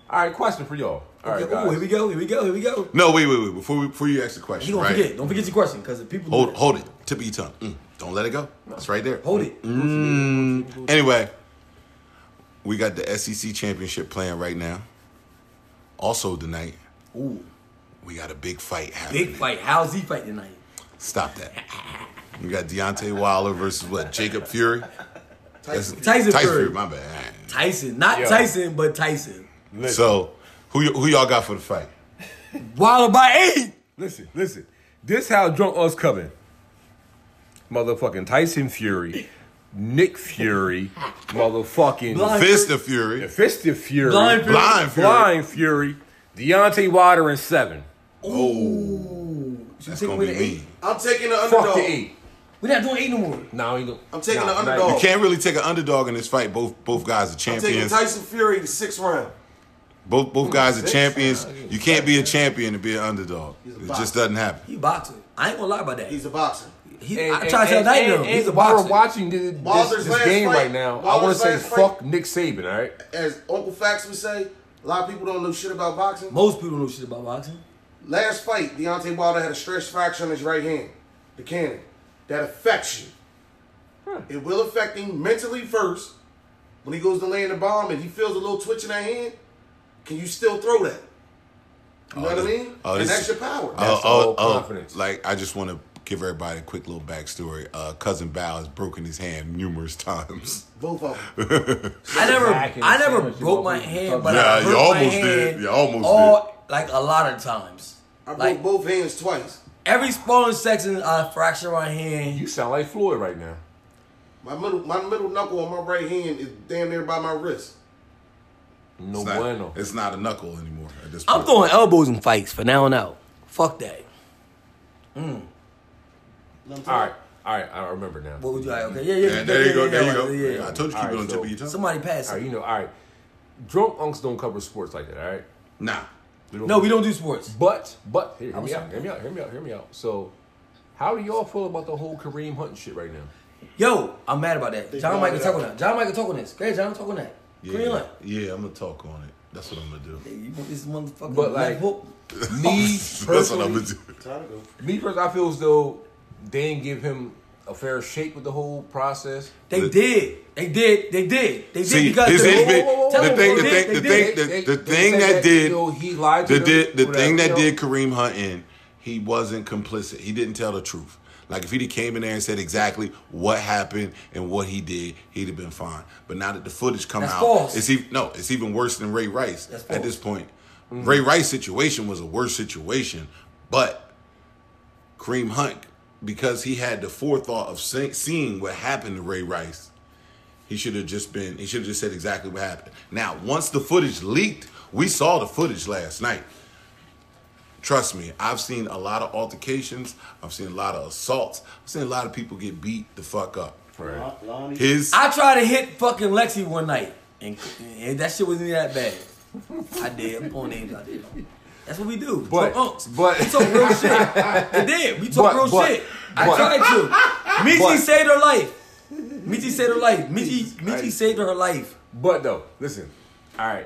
[SPEAKER 2] All right, question for y'all. All right,
[SPEAKER 4] Okay, ooh, here
[SPEAKER 2] guys.
[SPEAKER 4] we go. Here we go. Here we go.
[SPEAKER 1] No, wait, wait, wait. Before we, before you ask the
[SPEAKER 4] He
[SPEAKER 1] question,
[SPEAKER 4] gonna
[SPEAKER 1] right?
[SPEAKER 4] forget. Don't forget your question because the people
[SPEAKER 1] Hold hold it. Tip of your tongue. Mm, don't let it go. It's right there.
[SPEAKER 4] Hold it.
[SPEAKER 1] Anyway, we got the SEC championship playing right now. Also tonight,
[SPEAKER 4] Ooh,
[SPEAKER 1] we got a big fight happening.
[SPEAKER 4] big fight. How's he fight tonight?
[SPEAKER 1] Stop that. We got Deontay Wilder versus what? Jacob Fury. That's-
[SPEAKER 4] Tyson Fury.
[SPEAKER 1] My bad.
[SPEAKER 4] Tyson, not
[SPEAKER 2] Yo.
[SPEAKER 4] Tyson, but Tyson.
[SPEAKER 1] So, who y- who y'all got for the fight?
[SPEAKER 4] Wilder by eight.
[SPEAKER 2] Listen, listen. This how drunk us coming. Motherfucking Tyson Fury, Nick Fury, motherfucking
[SPEAKER 4] Blind-
[SPEAKER 1] Fist of Fury.
[SPEAKER 2] Fist of Fury,
[SPEAKER 4] Blind Fury.
[SPEAKER 1] Blind Fury.
[SPEAKER 2] Blind Fury, Deontay Wilder and seven.
[SPEAKER 4] Ooh, Should we
[SPEAKER 1] That's
[SPEAKER 4] take
[SPEAKER 1] gonna
[SPEAKER 4] away
[SPEAKER 1] be
[SPEAKER 4] the eight?
[SPEAKER 1] me.
[SPEAKER 5] I'm taking the
[SPEAKER 2] Fuck the
[SPEAKER 5] underdog.
[SPEAKER 2] eight.
[SPEAKER 4] We're not doing eight no more.
[SPEAKER 2] No, ain't no-
[SPEAKER 5] I'm taking
[SPEAKER 2] nah,
[SPEAKER 5] the
[SPEAKER 2] not
[SPEAKER 5] underdog.
[SPEAKER 4] Oh.
[SPEAKER 2] even-
[SPEAKER 1] Can't really take an underdog in this fight. Both both guys are
[SPEAKER 5] I'm taking
[SPEAKER 1] champions.
[SPEAKER 5] Tyson Fury the sixth round.
[SPEAKER 1] Both both guys are champions. You can't be a champion and be an underdog. It just doesn't happen.
[SPEAKER 4] He boxer. I ain't gonna lie about that.
[SPEAKER 5] He's a boxer.
[SPEAKER 4] He,
[SPEAKER 2] And-
[SPEAKER 4] I try to tell
[SPEAKER 2] and-
[SPEAKER 4] that
[SPEAKER 2] and-
[SPEAKER 4] though.
[SPEAKER 2] and
[SPEAKER 4] He's a
[SPEAKER 2] while
[SPEAKER 4] boxer.
[SPEAKER 2] We're watching this, this-
[SPEAKER 5] Wilder's
[SPEAKER 2] this
[SPEAKER 5] last
[SPEAKER 2] game
[SPEAKER 5] fight.
[SPEAKER 2] right now. I want
[SPEAKER 5] Wilder's
[SPEAKER 2] to say
[SPEAKER 5] last
[SPEAKER 2] fuck Nick Saban. All right.
[SPEAKER 5] As Uncle Fax would say, a lot of people don't know shit about boxing.
[SPEAKER 4] Most people know shit about boxing.
[SPEAKER 5] Last fight, Deontay Wilder had a stress fracture on his right hand, the cannon. That affects you. It will affect him mentally first. When he goes to land the bomb and he feels a little twitch in that hand, can you still throw that? You know what I mean?
[SPEAKER 1] oh,
[SPEAKER 5] and
[SPEAKER 1] this-
[SPEAKER 5] that's your power.
[SPEAKER 1] Oh,
[SPEAKER 2] the
[SPEAKER 1] oh,
[SPEAKER 2] whole
[SPEAKER 1] oh,
[SPEAKER 2] confidence.
[SPEAKER 1] Like I just want to give everybody a quick little backstory. Uh, Cousin Bow has broken his hand numerous
[SPEAKER 2] (laughs)
[SPEAKER 1] times.
[SPEAKER 5] Both of them.
[SPEAKER 4] I never,
[SPEAKER 2] back and
[SPEAKER 4] I never
[SPEAKER 2] sandwich
[SPEAKER 4] broke
[SPEAKER 2] you
[SPEAKER 4] my
[SPEAKER 2] up with
[SPEAKER 4] hand,
[SPEAKER 2] something.
[SPEAKER 4] but
[SPEAKER 1] Yeah,
[SPEAKER 4] I
[SPEAKER 1] you
[SPEAKER 4] hurt
[SPEAKER 1] almost
[SPEAKER 4] my
[SPEAKER 1] did.
[SPEAKER 4] hand
[SPEAKER 1] You almost
[SPEAKER 4] all, Like a lot of times.
[SPEAKER 5] I broke
[SPEAKER 4] Like
[SPEAKER 5] both hands twice.
[SPEAKER 4] every sparring section, I fracture my hand.
[SPEAKER 2] You sound like Floyd right now.
[SPEAKER 5] My middle my middle knuckle on my right hand is damn near by my wrist.
[SPEAKER 2] No
[SPEAKER 1] It's not,
[SPEAKER 2] bueno.
[SPEAKER 1] it's not a knuckle anymore at this point.
[SPEAKER 4] I'm throwing elbows in fights for now on out. Fuck that.
[SPEAKER 2] All right, all right. I remember now.
[SPEAKER 4] What would you like? Okay, yeah, yeah.
[SPEAKER 1] Yeah,
[SPEAKER 4] yeah,
[SPEAKER 1] there
[SPEAKER 4] yeah,
[SPEAKER 1] you go.
[SPEAKER 4] yeah,
[SPEAKER 1] There you
[SPEAKER 4] yeah,
[SPEAKER 1] go.
[SPEAKER 4] yeah, yeah.
[SPEAKER 1] I told you keep it
[SPEAKER 2] Alright,
[SPEAKER 1] on
[SPEAKER 2] so-
[SPEAKER 1] tip of your tongue.
[SPEAKER 4] Somebody pass.
[SPEAKER 2] All right,
[SPEAKER 4] it.
[SPEAKER 2] you know. All right. Drunk unks don't cover sports like that. All right.
[SPEAKER 1] nah.
[SPEAKER 2] We
[SPEAKER 4] No, we don't do sports.
[SPEAKER 2] But but here, hear me
[SPEAKER 4] sorry.
[SPEAKER 2] out. Hear me out. Hear me out. Hear me out. So, how do y'all feel about the whole Kareem Hunt shit right now?
[SPEAKER 4] Yo, I'm mad about that. John
[SPEAKER 5] brought
[SPEAKER 4] Michael
[SPEAKER 5] it
[SPEAKER 4] talk
[SPEAKER 5] up.
[SPEAKER 4] on that. John Michael talk on this. Great, John talk on that. Green
[SPEAKER 1] Yeah,
[SPEAKER 4] light.
[SPEAKER 1] yeah, I'm gonna talk on it. That's what I'm gonna do. (laughs)
[SPEAKER 4] You want this motherfucker?
[SPEAKER 2] But,
[SPEAKER 4] left
[SPEAKER 2] like,
[SPEAKER 4] hook?
[SPEAKER 2] Me
[SPEAKER 1] That's what I'm
[SPEAKER 2] personally,
[SPEAKER 1] gonna do.
[SPEAKER 2] me personally, I feel as though they didn't give him a fair shake with the whole process.
[SPEAKER 4] They
[SPEAKER 1] the-
[SPEAKER 4] did. They did. They did. They did
[SPEAKER 1] See,
[SPEAKER 4] because
[SPEAKER 1] this
[SPEAKER 4] the,
[SPEAKER 1] is
[SPEAKER 2] big-
[SPEAKER 4] Tell
[SPEAKER 2] the
[SPEAKER 4] them
[SPEAKER 2] thing-
[SPEAKER 4] what
[SPEAKER 2] the
[SPEAKER 4] they
[SPEAKER 1] thing-
[SPEAKER 4] did.
[SPEAKER 1] the
[SPEAKER 4] They
[SPEAKER 1] thing-
[SPEAKER 4] did.
[SPEAKER 1] the- the
[SPEAKER 2] they
[SPEAKER 1] thing
[SPEAKER 2] said
[SPEAKER 1] that did-
[SPEAKER 2] yo, he lied to
[SPEAKER 1] The,
[SPEAKER 2] them,
[SPEAKER 1] did, the
[SPEAKER 2] whatever,
[SPEAKER 1] thing that
[SPEAKER 2] yo.
[SPEAKER 1] did Kareem Hunt in, he wasn't complicit. He didn't tell the truth. Like if he'd came in there and said exactly what happened and what he did, he'd have been fine. But now that the footage come
[SPEAKER 4] That's
[SPEAKER 1] out,
[SPEAKER 4] false.
[SPEAKER 1] it's even no, it's even worse than Ray Rice
[SPEAKER 4] That's
[SPEAKER 1] at
[SPEAKER 4] false. Mm-hmm.
[SPEAKER 1] this point. Ray Rice situation was a worse situation, but Kareem Hunt because he had the forethought of se- seeing what happened to Ray Rice, he should have just been. He should have just said exactly what happened. Now, once the footage leaked, we saw the footage last night. Trust me, I've seen a lot of altercations. I've seen a lot of assaults. I've seen a lot of people get beat the fuck up.
[SPEAKER 4] Mm-hmm.
[SPEAKER 2] Right.
[SPEAKER 7] Lonnie,
[SPEAKER 1] His
[SPEAKER 4] I tried to hit fucking Lexi one night, and, and that shit wasn't that bad. I did. I'm pulling names out there. That's what we do.
[SPEAKER 2] But-
[SPEAKER 4] talk unks.
[SPEAKER 2] but-
[SPEAKER 4] we talk real
[SPEAKER 2] (laughs)
[SPEAKER 4] shit. It did. We talk
[SPEAKER 2] But-
[SPEAKER 4] real
[SPEAKER 2] but-
[SPEAKER 4] shit.
[SPEAKER 2] but-
[SPEAKER 4] I
[SPEAKER 2] (laughs)
[SPEAKER 4] tried to. Michi
[SPEAKER 2] but-
[SPEAKER 4] saved her life. Michi saved her life. Michi, Michi
[SPEAKER 2] Christ.
[SPEAKER 4] saved her life.
[SPEAKER 2] But though, listen. All right.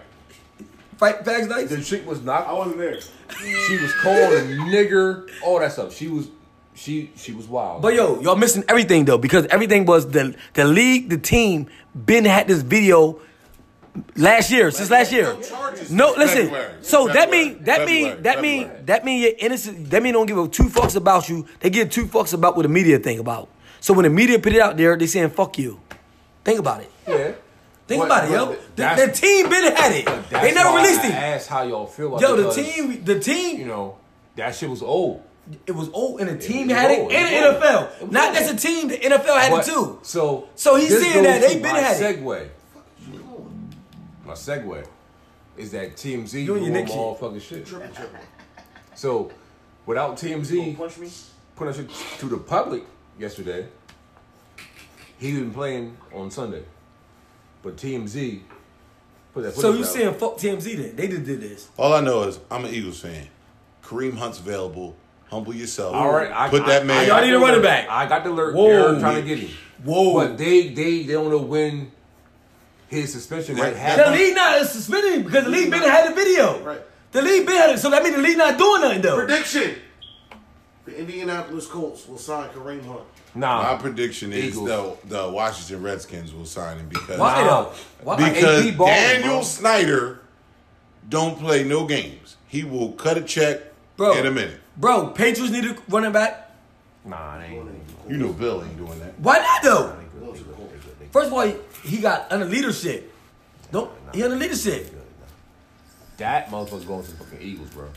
[SPEAKER 4] Fight bags nice.
[SPEAKER 2] The chick was
[SPEAKER 7] I
[SPEAKER 2] not.
[SPEAKER 7] wasn't there.
[SPEAKER 2] She was called a nigger. All that stuff. She was. She she was wild.
[SPEAKER 4] But yo, y'all missing everything though, because everything was the the league, the team, Ben had this video last year, since last year. No, listen.
[SPEAKER 1] February.
[SPEAKER 4] So that
[SPEAKER 1] February.
[SPEAKER 4] mean that
[SPEAKER 1] February.
[SPEAKER 4] mean that mean
[SPEAKER 1] February.
[SPEAKER 4] that mean you're innocent. That mean they don't give a two fucks about you. They give two fucks about what the media think about. So when the media put it out there, they saying fuck you. Think about it.
[SPEAKER 2] yeah.
[SPEAKER 4] Think
[SPEAKER 2] But-
[SPEAKER 4] about it,
[SPEAKER 2] but
[SPEAKER 4] yo.
[SPEAKER 2] that's-
[SPEAKER 4] The, the team Ben had it.
[SPEAKER 2] but that's
[SPEAKER 4] They never
[SPEAKER 2] why
[SPEAKER 4] released
[SPEAKER 2] I
[SPEAKER 4] it.
[SPEAKER 2] Asked how y'all feel about
[SPEAKER 4] Yo, the
[SPEAKER 2] because,
[SPEAKER 4] team, the team,
[SPEAKER 2] You know that shit was old.
[SPEAKER 4] it was old, and the team
[SPEAKER 2] was
[SPEAKER 4] had it,
[SPEAKER 2] old.
[SPEAKER 4] and
[SPEAKER 2] It was
[SPEAKER 4] the
[SPEAKER 2] old. It
[SPEAKER 4] NFL.
[SPEAKER 2] was
[SPEAKER 4] Not
[SPEAKER 2] old.
[SPEAKER 4] just a team, the NFL had
[SPEAKER 2] But-
[SPEAKER 4] it too.
[SPEAKER 2] So
[SPEAKER 4] So he's
[SPEAKER 2] this
[SPEAKER 4] saying that
[SPEAKER 2] goes
[SPEAKER 4] they
[SPEAKER 2] to
[SPEAKER 4] been
[SPEAKER 2] my
[SPEAKER 4] had it.
[SPEAKER 2] segue. My segue is that TMZ
[SPEAKER 4] You and your
[SPEAKER 2] doing
[SPEAKER 4] Nick
[SPEAKER 2] all fucking shit. So without TMZ
[SPEAKER 7] Punch me.
[SPEAKER 2] putting that shit to the public yesterday, he been playing on Sunday, but TMZ put that.
[SPEAKER 4] So
[SPEAKER 2] footage
[SPEAKER 4] you
[SPEAKER 2] out.
[SPEAKER 4] saying fuck TMZ then? They did did this.
[SPEAKER 1] All I know is I'm an Eagles fan. Kareem Hunt's available. Humble yourself.
[SPEAKER 2] All right, I,
[SPEAKER 1] put
[SPEAKER 2] I-
[SPEAKER 1] that
[SPEAKER 2] I-
[SPEAKER 1] man.
[SPEAKER 4] Y'all need a running back.
[SPEAKER 2] I got the alert.
[SPEAKER 4] Whoa.
[SPEAKER 2] They're trying to get him.
[SPEAKER 4] Whoa.
[SPEAKER 2] But they they they don't know when his suspension
[SPEAKER 1] That-
[SPEAKER 2] might
[SPEAKER 1] that-
[SPEAKER 2] happen.
[SPEAKER 4] The league not suspended him because the league been had the video.
[SPEAKER 5] Right.
[SPEAKER 4] The league been had it, so that means the league not doing nothing though.
[SPEAKER 5] Prediction: The Indianapolis Colts will sign Kareem Hunt.
[SPEAKER 1] my
[SPEAKER 2] Nah,
[SPEAKER 1] prediction is
[SPEAKER 2] Eagles.
[SPEAKER 1] the the Washington Redskins will sign him because
[SPEAKER 4] Why
[SPEAKER 2] Nah.
[SPEAKER 4] though? Why?
[SPEAKER 1] because
[SPEAKER 2] AP balling,
[SPEAKER 1] Daniel
[SPEAKER 2] bro.
[SPEAKER 1] Snyder don't play no games. He will cut a check
[SPEAKER 4] Bro.
[SPEAKER 1] in a minute.
[SPEAKER 4] Bro, Patriots need a running back.
[SPEAKER 2] nah, it ain't.
[SPEAKER 1] You know Bill ain't doing that.
[SPEAKER 4] Why not though? First of all, he, he got under leadership. Don't he under leadership?
[SPEAKER 2] That motherfucker's going to the fucking Eagles, bro.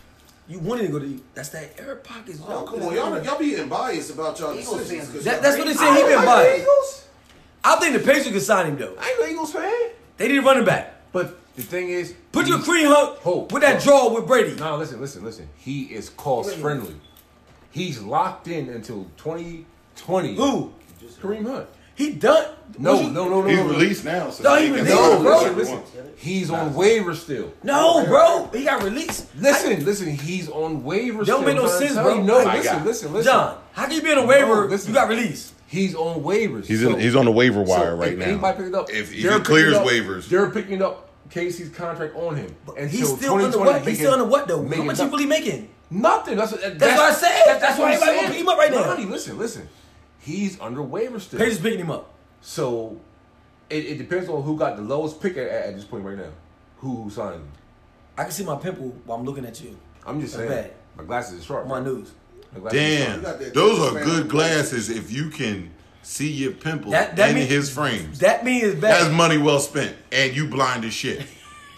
[SPEAKER 4] You wanted to go to that's that air pockets.
[SPEAKER 5] Oh, come on, y'all, y'all be biased about y'all
[SPEAKER 6] Eagles
[SPEAKER 5] decisions.
[SPEAKER 6] fans.
[SPEAKER 5] 'cause
[SPEAKER 4] That-
[SPEAKER 5] y'all-
[SPEAKER 4] that's what they said he been buying. I think the Patriots could sign him though.
[SPEAKER 2] I ain't no Eagles fan.
[SPEAKER 4] They need a running back.
[SPEAKER 2] But the thing is,
[SPEAKER 4] Put your
[SPEAKER 2] he-
[SPEAKER 4] cream hook
[SPEAKER 2] Hold,
[SPEAKER 4] with that
[SPEAKER 2] hold.
[SPEAKER 4] draw with Brady.
[SPEAKER 2] No, listen, listen, listen. He is cost friendly. He's locked in until 2020.
[SPEAKER 4] Who?
[SPEAKER 2] Kareem Hunt.
[SPEAKER 4] He done.
[SPEAKER 2] No,
[SPEAKER 4] was you-
[SPEAKER 2] no, no, no.
[SPEAKER 1] He's
[SPEAKER 2] no, no.
[SPEAKER 1] released now. So
[SPEAKER 4] No, he
[SPEAKER 1] can
[SPEAKER 4] released,
[SPEAKER 1] sign
[SPEAKER 2] No,
[SPEAKER 1] him
[SPEAKER 2] bro.
[SPEAKER 1] whenever he
[SPEAKER 2] Listen,
[SPEAKER 1] wants.
[SPEAKER 2] he's on waiver still.
[SPEAKER 4] No, bro, he got released.
[SPEAKER 2] Listen, listen, he's on waiver still.
[SPEAKER 4] Don't make no
[SPEAKER 2] I'm trying to
[SPEAKER 4] sense,
[SPEAKER 2] tell
[SPEAKER 4] bro.
[SPEAKER 2] you. No,
[SPEAKER 4] My
[SPEAKER 2] listen,
[SPEAKER 1] God.
[SPEAKER 2] listen, listen.
[SPEAKER 4] John, how can you be on a waiver?
[SPEAKER 2] listen.
[SPEAKER 4] you got released.
[SPEAKER 2] He's on waivers.
[SPEAKER 1] He's in, he's on the waiver wire
[SPEAKER 2] so
[SPEAKER 1] right
[SPEAKER 2] if
[SPEAKER 1] now.
[SPEAKER 2] Anybody pick it up?
[SPEAKER 1] If, if
[SPEAKER 2] they're
[SPEAKER 1] he
[SPEAKER 2] picking
[SPEAKER 1] clears
[SPEAKER 2] up-
[SPEAKER 1] waivers,
[SPEAKER 2] They're picking up Casey's contract on him. And
[SPEAKER 4] He's still under what? He's still under what though? How much he really making?
[SPEAKER 2] Nothing. That's, what- that-
[SPEAKER 4] That's what I said.
[SPEAKER 2] that- that's
[SPEAKER 4] That's
[SPEAKER 2] what
[SPEAKER 4] why
[SPEAKER 2] I'm
[SPEAKER 4] everybody
[SPEAKER 2] saying.
[SPEAKER 4] gonna beat him up right now.
[SPEAKER 2] Ronnie, listen, listen. He's under waiver still.
[SPEAKER 4] Patriots picking him up.
[SPEAKER 2] So it, it depends on who got the lowest pick at, at this point right now. Who, who signed him?
[SPEAKER 4] I can see my pimple while I'm looking at you.
[SPEAKER 2] I'm just
[SPEAKER 4] That's
[SPEAKER 2] saying.
[SPEAKER 4] bad.
[SPEAKER 2] My glasses are sharp.
[SPEAKER 4] My
[SPEAKER 2] bro.
[SPEAKER 4] news.
[SPEAKER 2] My glasses are sharp.
[SPEAKER 1] damn,
[SPEAKER 5] got that
[SPEAKER 1] those
[SPEAKER 5] good
[SPEAKER 1] are
[SPEAKER 5] frame.
[SPEAKER 1] good glasses. If you can see your pimples
[SPEAKER 4] That- that
[SPEAKER 1] in
[SPEAKER 4] mean-
[SPEAKER 1] his frames,
[SPEAKER 4] That means it's bad.
[SPEAKER 1] that's money well spent. And you blind as
[SPEAKER 4] (laughs)
[SPEAKER 1] shit.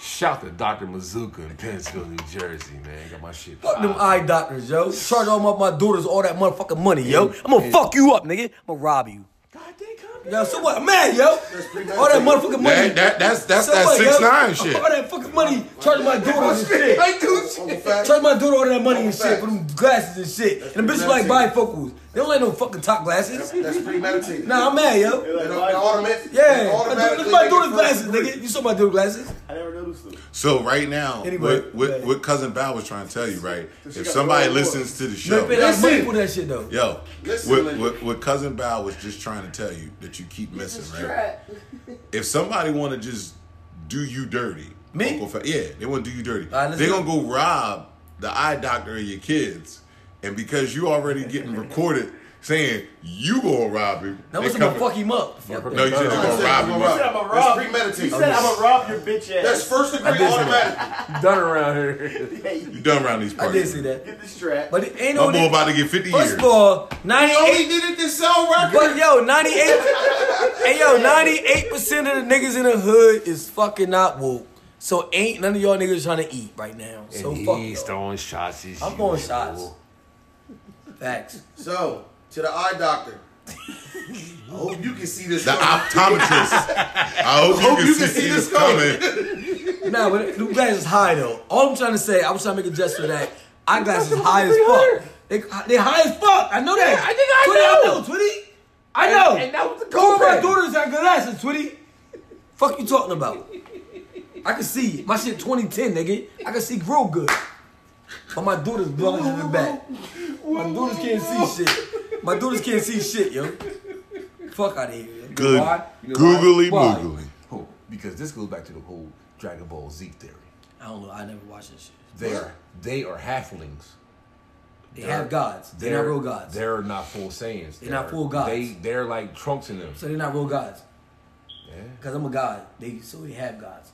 [SPEAKER 2] Shout to Dr. Mazuka in Pennsville, New Jersey, man. Got my shit.
[SPEAKER 4] Fuck them
[SPEAKER 2] fired.
[SPEAKER 4] eye doctors, yo. Charge all my, my daughters all that motherfucking money, yo. I'm gonna fuck you up, nigga. I'm gonna rob you.
[SPEAKER 2] God damn, calm down.
[SPEAKER 4] Yo, so what? I'm mad, yo. All that motherfucking money.
[SPEAKER 1] That, that that's that's
[SPEAKER 4] So
[SPEAKER 1] that
[SPEAKER 4] what, yo?
[SPEAKER 1] six nine shit.
[SPEAKER 4] (laughs) All that fucking money. Charging my daughters and shit.
[SPEAKER 5] On the fact,
[SPEAKER 4] Charge my daughter all that money and
[SPEAKER 5] That's
[SPEAKER 4] shit for them glasses and shit. And the bitch like bifocals. They don't like no fucking top glasses.
[SPEAKER 5] that's premeditated.
[SPEAKER 4] Nah, I'm mad, yo.
[SPEAKER 5] They
[SPEAKER 7] Like,
[SPEAKER 5] don't-
[SPEAKER 7] why-
[SPEAKER 5] they automatic-
[SPEAKER 4] Yeah,
[SPEAKER 5] they automatically
[SPEAKER 4] look at my
[SPEAKER 5] make it
[SPEAKER 4] daughter's
[SPEAKER 5] first
[SPEAKER 4] glasses, nigga. You saw my daughter's glasses.
[SPEAKER 7] I never noticed them.
[SPEAKER 1] So right now,
[SPEAKER 4] Anyway,
[SPEAKER 1] what, what,
[SPEAKER 4] yeah.
[SPEAKER 1] what cousin Val was trying to tell you, right?
[SPEAKER 5] she
[SPEAKER 1] If
[SPEAKER 5] got
[SPEAKER 1] somebody
[SPEAKER 5] the wrong
[SPEAKER 1] listens to the
[SPEAKER 4] They pay that
[SPEAKER 1] show,
[SPEAKER 4] money for that shit though.
[SPEAKER 1] yo,
[SPEAKER 5] Listen,
[SPEAKER 1] what,
[SPEAKER 5] Linda.
[SPEAKER 1] what, what cousin Val was just trying to tell you that you keep missing, right? (laughs) If somebody want to just do you dirty,
[SPEAKER 4] Me?
[SPEAKER 1] Uncle Fa- yeah, they want to do you dirty.
[SPEAKER 4] All right, let's
[SPEAKER 1] They're
[SPEAKER 4] do
[SPEAKER 1] gonna go rob the eye doctor of your kids, and because you already getting recorded saying you gonna rob him,
[SPEAKER 4] No,
[SPEAKER 1] they
[SPEAKER 4] I'm gonna
[SPEAKER 1] coming-
[SPEAKER 4] fuck him up. Fuck that.
[SPEAKER 1] no, you said you
[SPEAKER 5] I
[SPEAKER 1] gonna
[SPEAKER 5] said
[SPEAKER 1] rob
[SPEAKER 5] I'm
[SPEAKER 1] him.
[SPEAKER 5] gonna
[SPEAKER 1] up.
[SPEAKER 7] You said I'm gonna
[SPEAKER 5] That's
[SPEAKER 7] rob.
[SPEAKER 5] premeditated.
[SPEAKER 7] You said I'm gonna rob your bitch ass.
[SPEAKER 5] That's first degree automatic.
[SPEAKER 2] Done around here.
[SPEAKER 7] (laughs) Hey,
[SPEAKER 1] You done around these
[SPEAKER 4] I
[SPEAKER 1] parties?
[SPEAKER 4] did see that.
[SPEAKER 7] get the strap.
[SPEAKER 4] But it ain't
[SPEAKER 1] My
[SPEAKER 4] no
[SPEAKER 1] boy about to get fifty
[SPEAKER 4] First
[SPEAKER 1] years.
[SPEAKER 4] of all,
[SPEAKER 5] Oh, he
[SPEAKER 4] 98
[SPEAKER 5] did it to sell records.
[SPEAKER 4] but yo, 98 Hey yo, 98% of the niggas in the hood is fucking not woke. So ain't none of y'all niggas trying to eat right now. (laughs) So
[SPEAKER 2] and
[SPEAKER 4] fuck
[SPEAKER 2] he's
[SPEAKER 4] y'all.
[SPEAKER 2] throwing shots. as
[SPEAKER 4] I'm throwing
[SPEAKER 2] usual.
[SPEAKER 4] shots. Facts.
[SPEAKER 5] So, to the eye doctor. I hope you can see this.
[SPEAKER 1] The
[SPEAKER 5] coming.
[SPEAKER 1] optometrist.
[SPEAKER 4] (laughs)
[SPEAKER 1] I hope,
[SPEAKER 5] Hope
[SPEAKER 1] you, can see, this coming.
[SPEAKER 4] Nah, but the glass is high though. All I'm trying to say, I was trying to make a gesture that I glass is high as fuck. They, they high as fuck. I know that.
[SPEAKER 2] Yeah, I think I
[SPEAKER 4] Twitty, I
[SPEAKER 2] know.
[SPEAKER 4] know, Twitty. I know.
[SPEAKER 2] and that was the
[SPEAKER 4] All my
[SPEAKER 2] copay.
[SPEAKER 4] daughters got glasses, Twitty. Fuck you talking about? I can see it. my shit 2010, nigga. I can see real good. But my daughter's blind in the back. My daughters can't see shit. My daughters can't see shit, yo. Fuck out of here. yo.
[SPEAKER 1] Good.
[SPEAKER 2] Why? You know
[SPEAKER 1] Googly
[SPEAKER 2] why? Why?
[SPEAKER 1] moogly.
[SPEAKER 2] Oh, because this goes back to the whole Dragon Ball Z theory.
[SPEAKER 4] I don't know. I never watched that shit.
[SPEAKER 2] They are they are halflings.
[SPEAKER 4] They have gods. They're, not real gods.
[SPEAKER 2] They're not full Saiyans.
[SPEAKER 4] They're not full gods.
[SPEAKER 2] They they're like trunks in them.
[SPEAKER 4] So they're not real gods.
[SPEAKER 2] Yeah.
[SPEAKER 4] Because I'm a god. They so they have gods.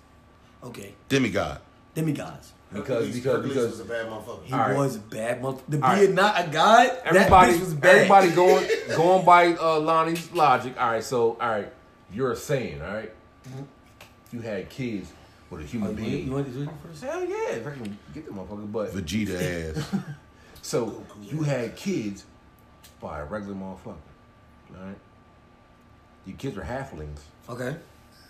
[SPEAKER 4] Okay.
[SPEAKER 1] Demigod.
[SPEAKER 4] Demigods.
[SPEAKER 2] Because
[SPEAKER 5] Hercules-
[SPEAKER 2] because
[SPEAKER 5] Hercules
[SPEAKER 2] because
[SPEAKER 5] was a bad motherfucker.
[SPEAKER 4] He
[SPEAKER 2] All right.
[SPEAKER 4] was a bad mother. To be
[SPEAKER 2] All right.
[SPEAKER 4] not a god,
[SPEAKER 2] everybody
[SPEAKER 4] that bitch was bad. (laughs)
[SPEAKER 2] everybody going going by uh, Lonnie's logic. All right, so all right, you're a Saiyan. All right? you had kids with a human
[SPEAKER 4] Oh, You want-
[SPEAKER 2] being.
[SPEAKER 4] You want to do it first?
[SPEAKER 2] Hell yeah, if I can get the motherfucker. But
[SPEAKER 1] Vegeta ass.
[SPEAKER 2] so you had kids by a regular motherfucker, all right? Your kids were halflings.
[SPEAKER 4] Okay.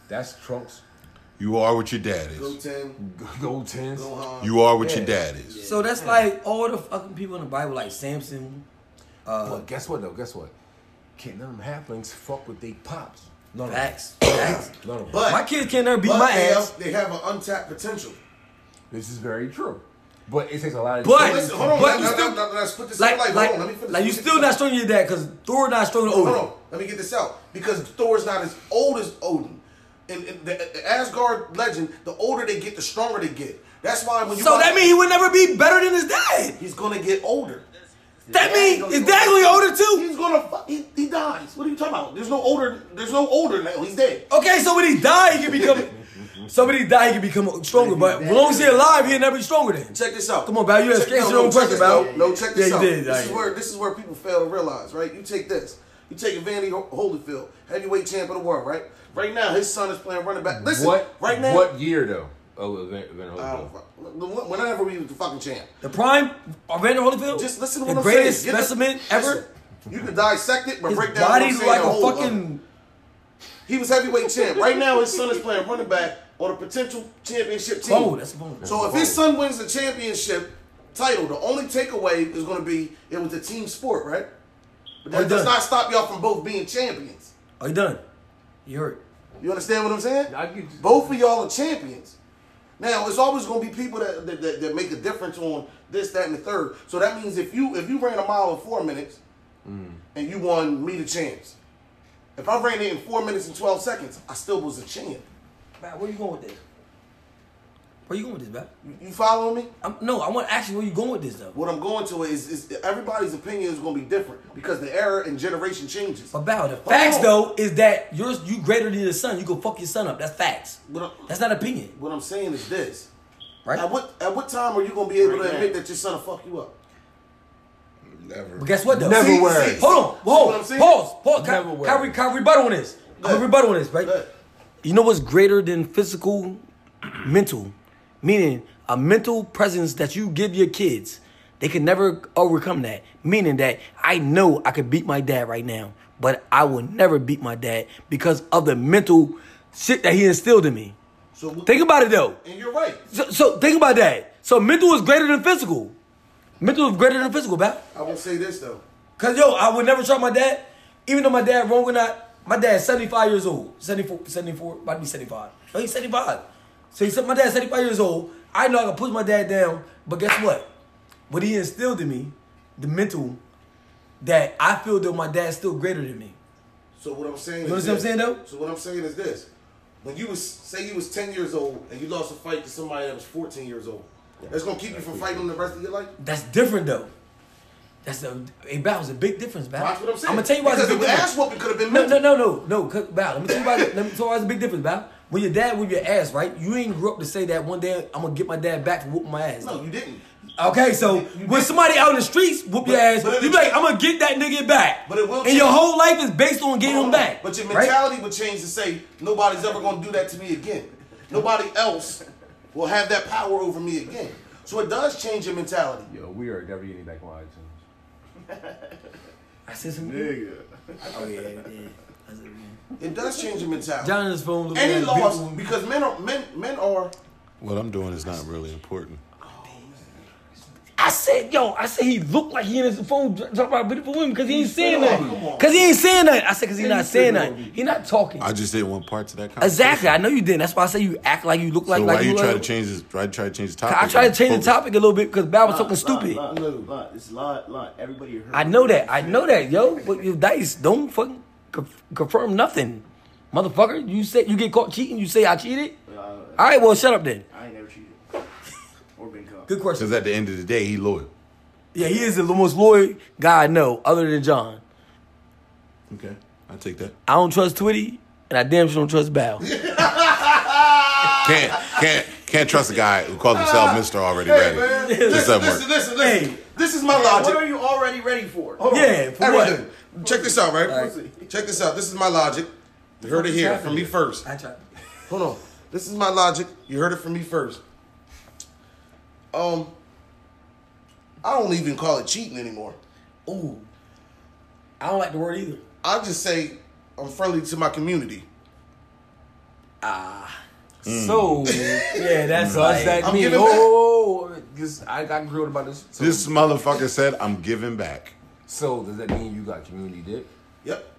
[SPEAKER 2] That's Trunks, (laughs)
[SPEAKER 1] You are what your dad
[SPEAKER 5] Go
[SPEAKER 1] is.
[SPEAKER 5] ten.
[SPEAKER 2] Gold Tens.
[SPEAKER 5] Go home.
[SPEAKER 1] You are what your
[SPEAKER 2] Yeah.
[SPEAKER 1] dad is.
[SPEAKER 4] So that's like all the fucking people in the Bible, like Samson. Uh,
[SPEAKER 2] But guess what though? Guess what? Can't none of them halflings fuck with they pops. None of them.
[SPEAKER 4] Facts. Facts.
[SPEAKER 2] None of them.
[SPEAKER 5] But
[SPEAKER 4] my kid can't never beat
[SPEAKER 5] but
[SPEAKER 4] my
[SPEAKER 5] they
[SPEAKER 4] ass.
[SPEAKER 5] Have, they have an untapped potential.
[SPEAKER 2] This is very true. But it takes a lot of.
[SPEAKER 4] But-
[SPEAKER 5] But listen, hold on.
[SPEAKER 4] But
[SPEAKER 5] Let,
[SPEAKER 4] you
[SPEAKER 5] let,
[SPEAKER 4] still-
[SPEAKER 5] let, let, let's put this
[SPEAKER 4] Like,
[SPEAKER 5] out. Like,
[SPEAKER 4] like,
[SPEAKER 5] hold on. Let me finish.
[SPEAKER 4] like you
[SPEAKER 5] Let me
[SPEAKER 4] still
[SPEAKER 5] get
[SPEAKER 4] not
[SPEAKER 5] this
[SPEAKER 4] stronger than your dad because Thor not stronger than
[SPEAKER 5] out.
[SPEAKER 4] Odin.
[SPEAKER 5] Hold on. Let me get this out because Thor's not as old as Odin. And, and the, the Asgard legend, the older they get, the stronger they get. That's why when you
[SPEAKER 4] So
[SPEAKER 5] watch-
[SPEAKER 4] that means he would never be better than his dad.
[SPEAKER 5] he's gonna get older.
[SPEAKER 4] That means
[SPEAKER 5] gonna
[SPEAKER 4] his
[SPEAKER 5] go-
[SPEAKER 4] dad gonna be older too.
[SPEAKER 5] He's gonna fu- he, he dies. What are you talking about? There's no older. There's no older now. He's dead.
[SPEAKER 4] Okay, so when he die, he can become. so when he die, he can become stronger. But as long as he's alive, he'll never be stronger than.
[SPEAKER 5] Check this out.
[SPEAKER 4] Come on, Val, you
[SPEAKER 5] Check-
[SPEAKER 4] asked your own
[SPEAKER 5] check
[SPEAKER 4] question,
[SPEAKER 5] this-
[SPEAKER 4] Val.
[SPEAKER 5] No, no, check this
[SPEAKER 4] Yeah, you
[SPEAKER 5] out.
[SPEAKER 4] did, all
[SPEAKER 5] This is
[SPEAKER 4] right.
[SPEAKER 5] where this is where people fail to realize, right? You take this. You take Evandy Ho- Holyfield, heavyweight champ of the world, right? Right now, his son is playing running back. Listen,
[SPEAKER 2] what?
[SPEAKER 5] right now,
[SPEAKER 2] What year though? Oh, Van, Van Holyfield.
[SPEAKER 5] I don't fuck- the one- whenever we was the fucking champ,
[SPEAKER 4] The prime, Evander Holyfield.
[SPEAKER 5] just listen to
[SPEAKER 4] the
[SPEAKER 5] what I'm saying.
[SPEAKER 4] greatest
[SPEAKER 5] Get the-
[SPEAKER 4] specimen ever.
[SPEAKER 5] listen, you can dissect it, but
[SPEAKER 4] His
[SPEAKER 5] break down what I'm
[SPEAKER 4] body look
[SPEAKER 5] saying
[SPEAKER 4] like
[SPEAKER 5] the
[SPEAKER 4] a
[SPEAKER 5] whole-
[SPEAKER 4] fucking.
[SPEAKER 5] He was heavyweight champ. Right now, his son is playing running back on a potential championship team.
[SPEAKER 4] Bold, that's bold.
[SPEAKER 5] So if his son wins the championship title, the only takeaway is going to be it was a team sport, right? But
[SPEAKER 4] We're
[SPEAKER 5] that does
[SPEAKER 4] done.
[SPEAKER 5] not stop y'all from both being champions.
[SPEAKER 4] Are you done? You hurt.
[SPEAKER 5] You understand what I'm saying?
[SPEAKER 2] I get you.
[SPEAKER 5] Both of y'all are champions. Now it's always going to be people that, that, that that make a difference on this, that, and the third. So that means if you if you ran a mile in four minutes
[SPEAKER 2] Mm.
[SPEAKER 5] and you won me the champs, if I ran it in four minutes and twelve seconds, I still was a champ.
[SPEAKER 4] Matt, where you going with this? Where you going with this, Matt?
[SPEAKER 5] You, you following me?
[SPEAKER 4] I'm, no, I want to ask you where you going with this though.
[SPEAKER 5] What I'm going to is, is everybody's opinion is going to be different because the era and generation changes.
[SPEAKER 4] But Bao, the facts
[SPEAKER 5] on.
[SPEAKER 4] though is that you're you greater than your son. You go fuck your son up. That's facts.
[SPEAKER 5] What I'm-
[SPEAKER 4] That's not opinion,
[SPEAKER 5] What I'm saying is this:
[SPEAKER 4] right?
[SPEAKER 5] at what at what time are you going to be able
[SPEAKER 7] Right
[SPEAKER 5] to
[SPEAKER 7] now.
[SPEAKER 5] admit that your son will fuck you up?
[SPEAKER 1] Never.
[SPEAKER 4] But guess what though?
[SPEAKER 2] Never
[SPEAKER 4] See-
[SPEAKER 2] wear
[SPEAKER 4] see-
[SPEAKER 2] it.
[SPEAKER 4] Hold on,
[SPEAKER 5] See
[SPEAKER 4] hold,
[SPEAKER 5] what I'm saying?
[SPEAKER 4] pause, pause.
[SPEAKER 2] Never
[SPEAKER 4] Can,
[SPEAKER 2] wear
[SPEAKER 4] can, we,
[SPEAKER 2] it.
[SPEAKER 4] can I rebuttal on this? I'm
[SPEAKER 5] Look.
[SPEAKER 4] rebuttal on this, right?
[SPEAKER 5] Look.
[SPEAKER 4] You know what's greater than physical, mental, meaning a mental presence that you give your kids, they can never overcome that. Meaning that I know I could beat my dad right now, but I will never beat my dad because of the mental shit that he instilled in me.
[SPEAKER 5] So what-
[SPEAKER 4] Think about it though.
[SPEAKER 5] and you're right.
[SPEAKER 4] So, so think about that. So mental is greater than physical. Mental is greater than physical, pal.
[SPEAKER 5] I will say this though.
[SPEAKER 4] Cause yo, I would never try my dad, even though my dad wrong or not. My dad's 75 years old. 74, 74, about to be 75. No, he's 75. So he said my dad's 75 years old. I know I can push my dad down, but guess what? What he instilled in me, the mental, that I feel that my dad's still greater than me.
[SPEAKER 5] So what I'm saying,
[SPEAKER 4] You
[SPEAKER 5] is
[SPEAKER 4] understand
[SPEAKER 5] this.
[SPEAKER 4] what I'm saying, though?
[SPEAKER 5] So what I'm saying is this: when you was say you was 10 years old and you lost a fight to somebody that was 14 years old, that's going to keep you from fighting the rest of your life.
[SPEAKER 4] That's different though. That's a it was a big difference, Val.
[SPEAKER 5] That's what I'm saying.
[SPEAKER 4] I'm gonna tell you why it's a
[SPEAKER 5] because
[SPEAKER 4] big
[SPEAKER 5] the
[SPEAKER 4] difference.
[SPEAKER 5] ass whooping could have been
[SPEAKER 4] No,
[SPEAKER 5] mental.
[SPEAKER 4] no, no, no, no, cause, Val. Let me tell you about. let me tell you why it's a big difference, Val. When your dad with your ass, right? You ain't grew up to say that one day I'm gonna get my dad back for whooping my ass.
[SPEAKER 5] No, you didn't.
[SPEAKER 4] Okay, so when somebody out in the streets whoop your ass,
[SPEAKER 5] but it-
[SPEAKER 4] you be like, I'm gonna get that nigga back.
[SPEAKER 5] But it will
[SPEAKER 4] and
[SPEAKER 5] change.
[SPEAKER 4] your whole life is based on getting him back.
[SPEAKER 5] But your
[SPEAKER 4] right?
[SPEAKER 5] mentality would change to say, nobody's ever going to do that to me again. Nobody else will have that power over me again. So it does change your mentality.
[SPEAKER 2] Yo, we are never getting back my iTunes.
[SPEAKER 4] I said some
[SPEAKER 7] Nigga.
[SPEAKER 4] Oh yeah, yeah. I said, yeah.
[SPEAKER 5] It does change your mentality.
[SPEAKER 4] Down in his phone looking
[SPEAKER 5] and he
[SPEAKER 4] at
[SPEAKER 5] lost
[SPEAKER 4] beautiful-
[SPEAKER 5] because men are men men are
[SPEAKER 1] What I'm doing is not really important.
[SPEAKER 4] I said, yo, I said he looked like he in his phone dr- talking about beautiful women because he ain't saying that. Because he ain't saying that. I said, because he not saying that. He not talking.
[SPEAKER 1] I just didn't want parts of that conversation.
[SPEAKER 4] Exactly. I know you didn't. That's why I say you act like you look like
[SPEAKER 1] So
[SPEAKER 4] like
[SPEAKER 1] why you
[SPEAKER 4] look
[SPEAKER 1] try to
[SPEAKER 4] like-
[SPEAKER 1] change this? Try to try to change the topic.
[SPEAKER 4] I tried to change the
[SPEAKER 1] Focus.
[SPEAKER 4] topic a little bit because Bow was talking stupid.
[SPEAKER 7] Lot, lot, lot. It's lot, lot. Everybody heard.
[SPEAKER 4] I know that. I know that, yo. But you dice don't fucking conf- confirm nothing, motherfucker. You said you get caught cheating. You say I cheated. All right, well, shut up then.
[SPEAKER 7] I ain't
[SPEAKER 4] (laughs)
[SPEAKER 7] never cheated or been caught.
[SPEAKER 4] Good question.
[SPEAKER 1] Because at the end of the day, he loyal.
[SPEAKER 4] Yeah, he is the most loyal guy I know, other than John.
[SPEAKER 1] Okay, I take that.
[SPEAKER 4] I don't trust Twitty, and I damn sure don't trust (laughs) Bow.
[SPEAKER 1] Can't can't can't trust a guy who calls
[SPEAKER 4] (laughs)
[SPEAKER 1] himself Mister already ready. This
[SPEAKER 5] listen,
[SPEAKER 1] doesn't
[SPEAKER 5] listen,
[SPEAKER 1] work.
[SPEAKER 5] listen, listen. This is my logic.
[SPEAKER 7] What are you already ready for?
[SPEAKER 4] yeah, for what?
[SPEAKER 5] Everything. Check this out, right? Check this out. This is my logic. You heard it here from me first.
[SPEAKER 4] I tried.
[SPEAKER 5] Hold on. This is my logic. You heard it from me first. Um, I don't even call it cheating anymore.
[SPEAKER 4] Ooh, I don't like the word either.
[SPEAKER 5] I just say I'm friendly to my community.
[SPEAKER 4] Mm. (laughs)
[SPEAKER 2] So
[SPEAKER 4] Yeah, that's
[SPEAKER 2] does
[SPEAKER 4] like,
[SPEAKER 2] that
[SPEAKER 5] I'm
[SPEAKER 2] mean?
[SPEAKER 5] giving
[SPEAKER 2] Oh, this, I got grilled about this. So,
[SPEAKER 1] This motherfucker said, "I'm giving back."
[SPEAKER 2] so does that mean you got community dick?
[SPEAKER 5] Yep,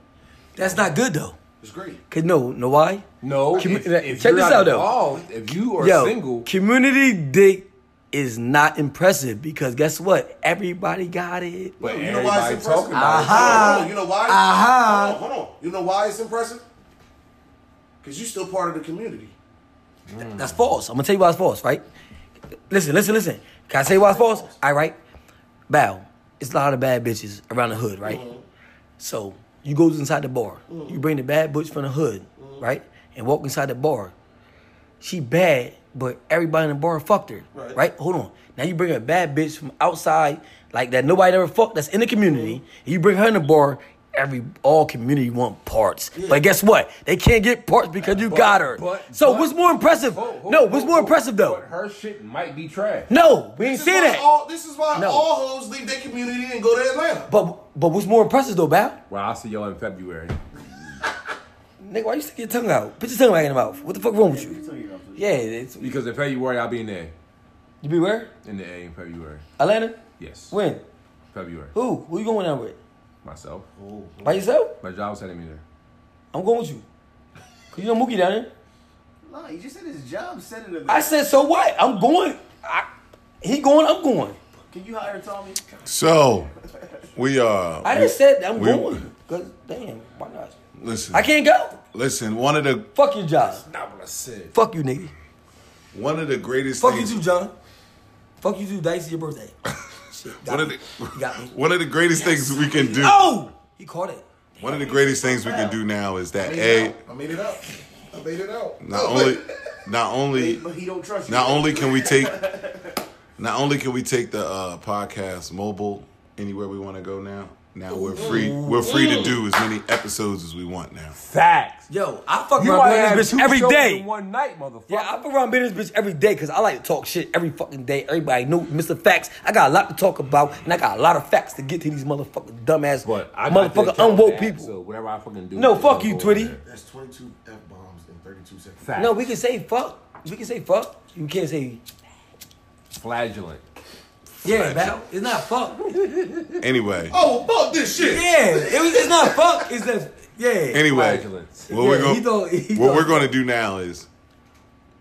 [SPEAKER 4] that's not good though.
[SPEAKER 5] it's great.
[SPEAKER 4] Cause no, know why?
[SPEAKER 2] No.
[SPEAKER 4] Commu-
[SPEAKER 2] if, if
[SPEAKER 4] check
[SPEAKER 2] you're
[SPEAKER 4] this
[SPEAKER 2] not
[SPEAKER 4] out, though.
[SPEAKER 2] involved, If you are
[SPEAKER 4] Yo,
[SPEAKER 2] single,
[SPEAKER 4] community dick is not impressive because guess what? Everybody got it.
[SPEAKER 2] but
[SPEAKER 5] You know why
[SPEAKER 2] everybody
[SPEAKER 5] it's
[SPEAKER 2] talking
[SPEAKER 5] impressive?
[SPEAKER 2] about
[SPEAKER 4] Aha.
[SPEAKER 5] Hold on, you know why?
[SPEAKER 4] Aha.
[SPEAKER 5] Hold on, hold on. You know why it's impressive? Because you're still part of the community.
[SPEAKER 4] Mm. That's false. I'm gonna tell you why it's false, right? Listen, listen, listen. Can I tell you why it's false? All right, bow. It's a lot of bad bitches around the hood, right?
[SPEAKER 2] Mm-hmm.
[SPEAKER 4] So you go inside the bar.
[SPEAKER 2] Mm.
[SPEAKER 4] You bring the bad bitch from the hood, right? And walk inside the bar. She bad, but everybody in the bar fucked her, right?
[SPEAKER 5] Right.
[SPEAKER 4] Hold on. Now you bring a bad bitch from outside, like that nobody ever fucked, that's in the community.
[SPEAKER 2] Mm-hmm.
[SPEAKER 4] And you bring her in the bar. Every all community want parts, but guess what? They can't get parts because you got her.
[SPEAKER 2] but-
[SPEAKER 4] so
[SPEAKER 2] but-
[SPEAKER 4] what's more impressive?
[SPEAKER 2] Ho- ho-
[SPEAKER 4] no,
[SPEAKER 2] ho-
[SPEAKER 4] what's more
[SPEAKER 2] ho-
[SPEAKER 4] impressive though?
[SPEAKER 2] But her shit might be trash.
[SPEAKER 4] No, we ain't
[SPEAKER 5] This is
[SPEAKER 4] say
[SPEAKER 5] why
[SPEAKER 4] that.
[SPEAKER 5] all- this is why
[SPEAKER 4] No.
[SPEAKER 5] all hoes leave their community and go to Atlanta.
[SPEAKER 4] but but what's more impressive though, Bal?
[SPEAKER 2] Well, I'll see y'all in February.
[SPEAKER 4] Nigga, why you stick your tongue out? Put your tongue back in your mouth. What the fuck wrong with you? Yeah, it's, you
[SPEAKER 2] Because in February, I'll be in there.
[SPEAKER 4] be where?
[SPEAKER 2] In the A in February.
[SPEAKER 4] Atlanta?
[SPEAKER 2] Yes.
[SPEAKER 4] When?
[SPEAKER 2] February.
[SPEAKER 4] Who? Who you going out with?
[SPEAKER 2] Myself.
[SPEAKER 4] By yourself?
[SPEAKER 2] My job's sending me there.
[SPEAKER 4] I'm going with you. Cause you know Mookie down there.
[SPEAKER 7] Nah, you just said his job said it.
[SPEAKER 4] I said, so what? I'm going. I, he going, I'm going.
[SPEAKER 7] Can you hire Tommy?
[SPEAKER 1] So we uh,
[SPEAKER 4] I just said I'm
[SPEAKER 1] we-
[SPEAKER 4] going. Cause damn, why not?
[SPEAKER 1] Listen,
[SPEAKER 4] I can't go.
[SPEAKER 1] listen. One of the
[SPEAKER 4] Fuck your job.
[SPEAKER 2] Not what I said.
[SPEAKER 4] Fuck you, nigga.
[SPEAKER 1] one of the greatest
[SPEAKER 4] Fuck you
[SPEAKER 1] things
[SPEAKER 4] too, John. Fuck you too, Dicey, your birthday.
[SPEAKER 1] (laughs)
[SPEAKER 4] Shit, got
[SPEAKER 1] One of
[SPEAKER 4] me.
[SPEAKER 1] the
[SPEAKER 4] You got me.
[SPEAKER 1] (laughs) one of the greatest things we can do.
[SPEAKER 4] Oh! He caught it.
[SPEAKER 1] One of the greatest things we can do now is that
[SPEAKER 5] I made
[SPEAKER 1] a
[SPEAKER 5] it out. I made it out. I made it out.
[SPEAKER 1] not
[SPEAKER 4] Oh,
[SPEAKER 1] only not only
[SPEAKER 7] But he don't trust you.
[SPEAKER 1] not only can we
[SPEAKER 4] (laughs)
[SPEAKER 1] take not only can we take the uh, podcast mobile anywhere we want to go now. Now we're free. We're free to do as many episodes as we want now.
[SPEAKER 2] Facts.
[SPEAKER 4] Yo, I fuck
[SPEAKER 2] You
[SPEAKER 4] around
[SPEAKER 2] might
[SPEAKER 4] being in
[SPEAKER 2] have
[SPEAKER 4] this
[SPEAKER 2] two
[SPEAKER 4] bitch every
[SPEAKER 2] shows
[SPEAKER 4] day.
[SPEAKER 2] in one night, motherfucker.
[SPEAKER 4] Yeah, I fuck around being in this bitch every day because I like to talk shit every fucking day. Everybody know Mr. Facts. I got a lot to talk about, and I got a lot of facts to get to these motherfucking dumbass,
[SPEAKER 2] But I got
[SPEAKER 4] motherfucking
[SPEAKER 2] this job
[SPEAKER 4] unwoke
[SPEAKER 2] back,
[SPEAKER 4] people.
[SPEAKER 2] So whatever I fucking do.
[SPEAKER 4] No,
[SPEAKER 2] is
[SPEAKER 4] fuck you,
[SPEAKER 2] gonna go in
[SPEAKER 4] Twitty.
[SPEAKER 2] there.
[SPEAKER 5] That's 22 f bombs in 32 seconds.
[SPEAKER 2] Facts.
[SPEAKER 4] No, we can say fuck. We can say fuck. You can't say
[SPEAKER 2] flagellant.
[SPEAKER 4] yeah, Val. It's not fuck.
[SPEAKER 1] Anyway,
[SPEAKER 5] Oh, fuck this shit.
[SPEAKER 4] Yeah, it was, it's not fuck. It's just yeah.
[SPEAKER 1] anyway,
[SPEAKER 2] Flagellant.
[SPEAKER 1] what we're
[SPEAKER 4] Yeah,
[SPEAKER 1] going
[SPEAKER 4] he thought- he
[SPEAKER 1] what
[SPEAKER 4] thought-
[SPEAKER 1] we're going to do now is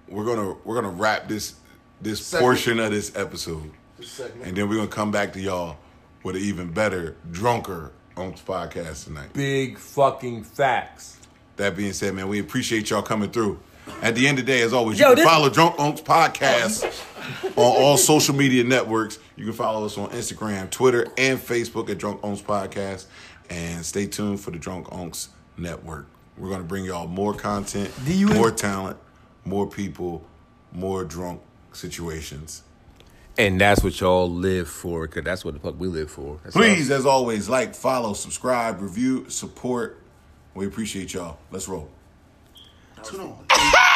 [SPEAKER 1] we're gonna we're gonna wrap this this
[SPEAKER 5] Segment.
[SPEAKER 1] portion of this episode,
[SPEAKER 5] This segment.
[SPEAKER 1] and then we're gonna come back to y'all with an even better, drunker on podcast tonight.
[SPEAKER 2] Big fucking facts.
[SPEAKER 1] That being said, man, we appreciate y'all coming through. At the end of the day, as always,
[SPEAKER 4] Yo,
[SPEAKER 1] you can
[SPEAKER 4] this-
[SPEAKER 1] follow Drunk Unks Podcast on all social media networks. You can follow us on Instagram, Twitter, and Facebook at Drunk Unks Podcast. And stay tuned for the Drunk Unks Network. We're going to bring y'all more content,
[SPEAKER 4] Do you-
[SPEAKER 1] more talent, more people, more drunk situations.
[SPEAKER 2] And that's what y'all live for, because that's what the fuck we live for. That's
[SPEAKER 1] Please, as always, like, follow, subscribe, review, support. We appreciate y'all. Let's roll.
[SPEAKER 5] Tune on.